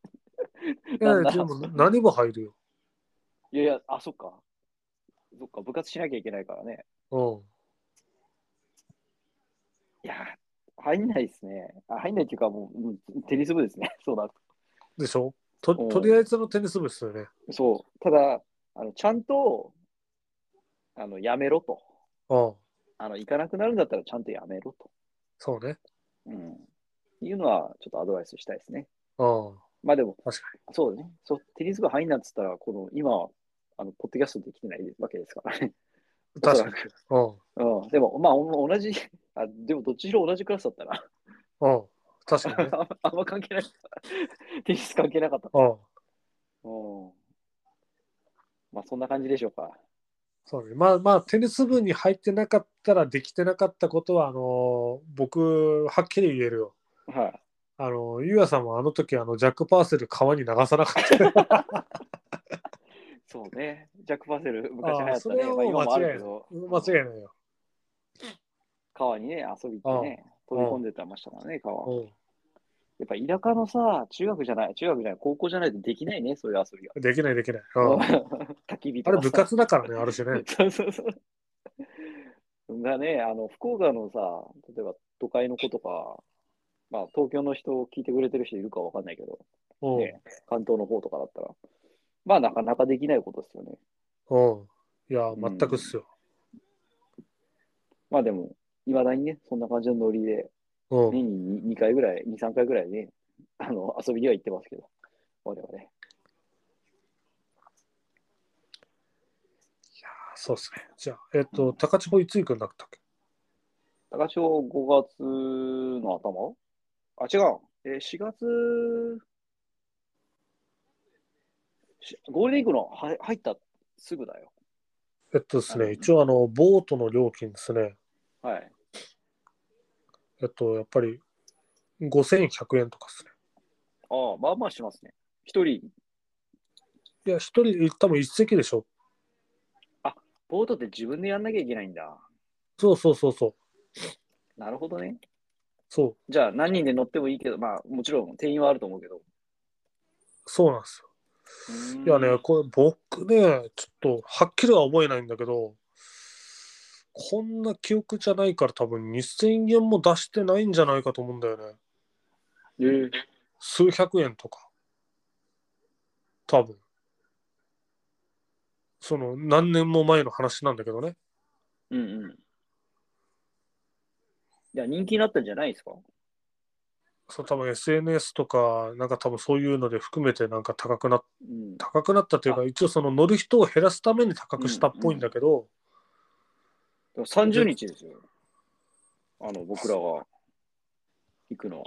Speaker 2: いや、
Speaker 1: なんだ
Speaker 2: でも何部入るよ。
Speaker 1: いやいや、あ、そっか。そっか、部活しなきゃいけないからね。
Speaker 2: うん。
Speaker 1: いやー、入んないですね。あ入んないっていうか、もう、うんテニス部ですね。 [LAUGHS] そうだ。
Speaker 2: でしょと
Speaker 1: うん
Speaker 2: とりあえずのテニス部ですよね。
Speaker 1: そう。ただ、あのちゃんと、あの、やめろと。
Speaker 2: うん。
Speaker 1: あの、行かなくなるんだったらちゃんとやめろと。
Speaker 2: そうね。
Speaker 1: うん。いうのは、ちょっとアドバイスしたいですね。
Speaker 2: うん。
Speaker 1: まあでも、
Speaker 2: 確か
Speaker 1: そうだね。そう、テニス部入んなっつったら、この、今、あの、ポッドキャストできてないわけですからね。
Speaker 2: に。
Speaker 1: お
Speaker 2: 確
Speaker 1: そ
Speaker 2: からに。
Speaker 1: く。
Speaker 2: うん。
Speaker 1: うん。でも、まあ、お同じ、あ、でも、どっちにしろ同じクラスだったな。
Speaker 2: うん。確かにね。
Speaker 1: あんま [LAUGHS] あんま関係ない。テニス関係なかった。
Speaker 2: うん。
Speaker 1: うん。まあ、そんな感じでしょうか。
Speaker 2: そうね。まあまあ、テニス部に入ってなかったら、できてなかったことは、あのー僕、はっきり言えるよ。
Speaker 1: はい。
Speaker 2: あのー、ゆうやさんもあの時、あの、ジャック・パーセル川に流さなかった。
Speaker 1: [LAUGHS] そうね。ジャック・パーセル、昔流行
Speaker 2: あー
Speaker 1: った
Speaker 2: そ
Speaker 1: ね。
Speaker 2: れはも
Speaker 1: まあ
Speaker 2: う
Speaker 1: 今もあ
Speaker 2: 間違
Speaker 1: るけ
Speaker 2: いない
Speaker 1: ど。。
Speaker 2: 間違いないよ。
Speaker 1: 川にね、遊び行ってね、飛び込んでたましたからね、川。
Speaker 2: う
Speaker 1: やっぱ田舎のさ、中学じゃない、中学じゃない、高校じゃないとできないね、そういう遊びが。
Speaker 2: ん。できない、できない。うん。あ
Speaker 1: [LAUGHS] 焚き火と
Speaker 2: れ、
Speaker 1: か
Speaker 2: 部
Speaker 1: さ。
Speaker 2: 活だからね、ある
Speaker 1: [LAUGHS]
Speaker 2: しね。
Speaker 1: そうそうそう。がね、あの、福岡のさ、例えば都会の子とか、まあ東京の人を聞いてくれてる人いるかわかんないけど、
Speaker 2: うん。
Speaker 1: ね、関東の方とかだったら、まあなかなかできないことですよね。
Speaker 2: うん。いや、全くっすよ。
Speaker 1: まあでも、いまだにね、そんな感じのノリで、
Speaker 2: うん。
Speaker 1: 年に2回ぐらい、2、3回ぐらいね、 [LAUGHS] あの遊びには行ってますけど、我々。
Speaker 2: そうですね。じゃあ、えっと、高千穂いつ行くんだったっけ
Speaker 1: 高千穂5月の頭あ、違う。えー、4月、しゴールデンウィークのは入ったすぐだよ。
Speaker 2: えっとです
Speaker 1: うん
Speaker 2: ね、一応、あの、ボートの料金ですね。
Speaker 1: はい。
Speaker 2: えっと、やっぱり、5100円とかですね。
Speaker 1: ああ、まあまあしますね。一人、
Speaker 2: いや、一人、多分一席でしょ。
Speaker 1: ボートって自分でやんなきゃいけないんだ。
Speaker 2: そうそうそうそう。
Speaker 1: なるほどね。
Speaker 2: そう、
Speaker 1: じゃあ何人で乗ってもいいけど、まあもちろん定員はあると思うけど。
Speaker 2: そうなんです
Speaker 1: い
Speaker 2: よ。いやね、これ僕ね、ちょっと、はっきりは覚えないんだけど、こんな記憶じゃないから多分2000円も出してないんじゃないかと思うんだよね。
Speaker 1: えー
Speaker 2: 数百円とか。多分。その、何年も前の話なんだけどね。
Speaker 1: うんうん。いや、人気になったんじゃないですか
Speaker 2: そう多分 SNS とか、なんか多分そういうので含めてなんか高くなっ
Speaker 1: うん。
Speaker 2: 高くなったというか、一応その乗る人を減らすために高くしたっぽいんだけど、
Speaker 1: でも30日ですよ。あの、僕らが行くのは。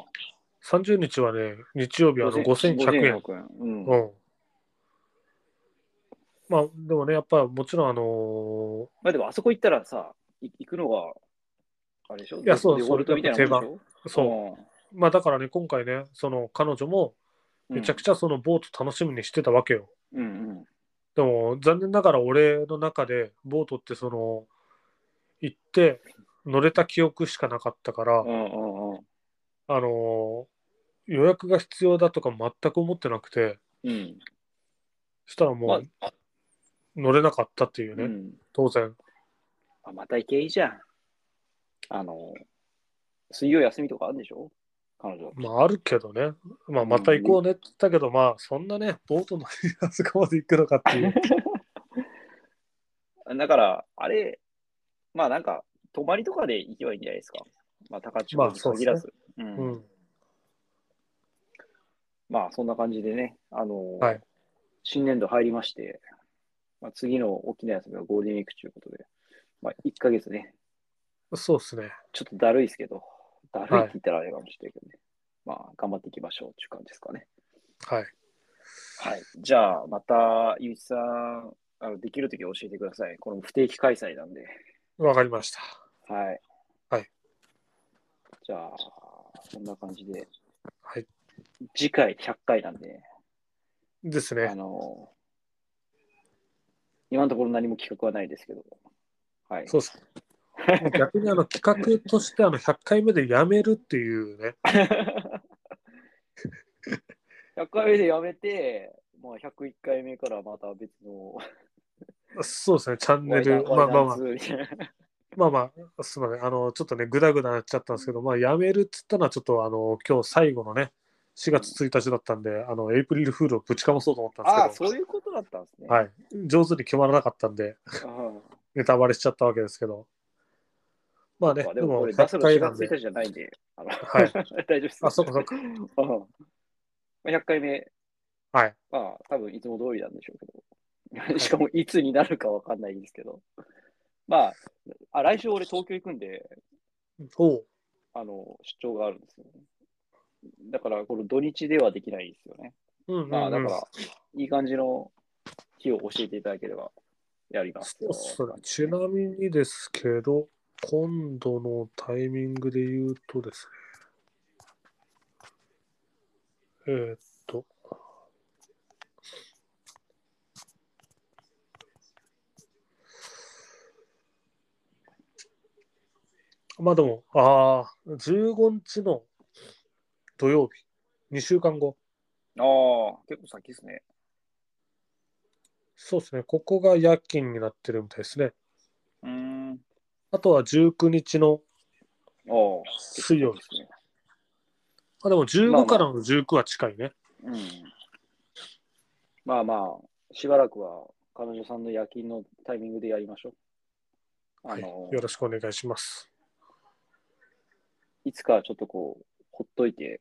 Speaker 2: 30日はね、日曜日はあの5100円。
Speaker 1: 5100円。うん。
Speaker 2: うん。まあ、でもね、やっぱもちろん、あの
Speaker 1: まあでも、あそこ行ったらさ、い行くのが、あれでしょ
Speaker 2: いやそう
Speaker 1: デフォルトみたいなもんでしょ
Speaker 2: ーそう、まあだからね、今回ね、その彼女も
Speaker 1: うん。
Speaker 2: めちゃくちゃそのボート楽しみにしてたわけよ。
Speaker 1: うんうん。
Speaker 2: でも、残念ながら俺の中で、ボートってその、行って乗れた記憶しかなかったから、
Speaker 1: うんうんうん。
Speaker 2: あのー予約が必要だとか全く思ってなくて、
Speaker 1: うん。
Speaker 2: そしたらもう乗れなかったっていうね、
Speaker 1: うん
Speaker 2: 当然。
Speaker 1: あまた行けいいじゃん。あの、水曜休みとかあるんでしょ彼女。
Speaker 2: まああるけどね、まあ、また行こうねって言ったけど、まあそんなね、ボートのあそこまで行くのかっていう。
Speaker 1: だから、あれ、まあなんか、泊まりとかで行けばいいんじゃないですか。まあ、高千穂に限らず。うん
Speaker 2: うん、
Speaker 1: まあそんな感じでね、あのー
Speaker 2: はい
Speaker 1: 新年度入りまして、まあ、次の大きな休みはゴールデンウィークということで、まあ、1ヶ月ね、
Speaker 2: そうですね。
Speaker 1: ちょっとだるいですけど、だるいって言ったらあれかもしれないけどね、まあ頑張っていきましょうっていう感じですかね。
Speaker 2: はい。
Speaker 1: はい、じゃあまた、ゆういちさん、あのできるとき教えてください。これも不定期開催なんで。
Speaker 2: わかりました。
Speaker 1: はい。
Speaker 2: はい。
Speaker 1: じゃあ、そんな感じで、
Speaker 2: はい。
Speaker 1: 次回100回なんで、
Speaker 2: です
Speaker 1: あ
Speaker 2: ね。
Speaker 1: の今のところ何も企画はないですけど、はい。
Speaker 2: そうですね。逆にあの企画としてあの100回目でやめるっていうね。
Speaker 1: 100回目でやめて、まあ、101回目からまた別の
Speaker 2: そうですね、チャンネル、まあまあまあ、まあまあ、すみません、あの、ちょっとね、ぐだぐだなっちゃったんですけど、まあ、やめるっつったのは、ちょっと、あの、今日最後のね、4月1日だったんで、あの、エイプリルフールをぶちかまそうと思ったんですけ
Speaker 1: あ
Speaker 2: ど、
Speaker 1: あ、そういうことだったんですね。。
Speaker 2: はいい、上手に決まらなかったんで、ネタバレしちゃったわけですけど、まあね、
Speaker 1: で
Speaker 2: で
Speaker 1: もこ
Speaker 2: も、
Speaker 1: れ出す
Speaker 2: 100
Speaker 1: の4
Speaker 2: 回なん
Speaker 1: 月
Speaker 2: で
Speaker 1: 1、日じゃないんで、あの
Speaker 2: は
Speaker 1: [LAUGHS]
Speaker 2: い、
Speaker 1: 大丈夫です。
Speaker 2: あ、そうかそうか、
Speaker 1: うん100回目、
Speaker 2: はい、
Speaker 1: まあ、多分いつも通りなんでしょうけど、 [LAUGHS] しかもいつになるかわかんないんですけど、まあ、あ来週俺東京行くんで、
Speaker 2: おう
Speaker 1: あの、出張があるんですよね。だから、この土日ではできないですよね。
Speaker 2: うんうん、うん、
Speaker 1: まあ、だから、いい感じの日を教えていただければ、やります
Speaker 2: そう
Speaker 1: よ。
Speaker 2: っすね。ちなみにですけど、今度のタイミングで言うとですね。えーっと。まあでも、ああ、15日の土曜日、2週間後。
Speaker 1: ああ、結構先ですね。
Speaker 2: そうですね。ここが夜勤になってるみたいですね。
Speaker 1: うーん。あ
Speaker 2: あとは19日の
Speaker 1: あ、
Speaker 2: 水曜日
Speaker 1: ですね。
Speaker 2: あでも
Speaker 1: まあまあ
Speaker 2: 15からの19は近いね。
Speaker 1: うん。まあまあ、しばらくは彼女さんの夜勤のタイミングでやりましょう。あの、
Speaker 2: はい、よろしくお願いします。
Speaker 1: いつかちょっとこう、ほっといて、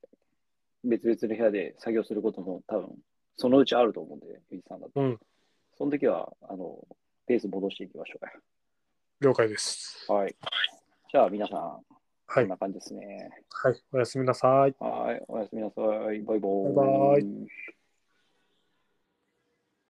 Speaker 1: 別々の部屋で作業することも多分、そのうちあると思うんで、藤井さんだと。
Speaker 2: うん
Speaker 1: その時は、あの、ペース戻していきましょ
Speaker 2: 了解です。
Speaker 1: う。はい。じゃあ皆さん、
Speaker 2: は
Speaker 1: こん
Speaker 2: い、
Speaker 1: な感じですね。
Speaker 2: はい、おやすみなさい。
Speaker 1: はい。おやすみなさい。バイバ
Speaker 2: バイバ
Speaker 1: イ。
Speaker 2: イ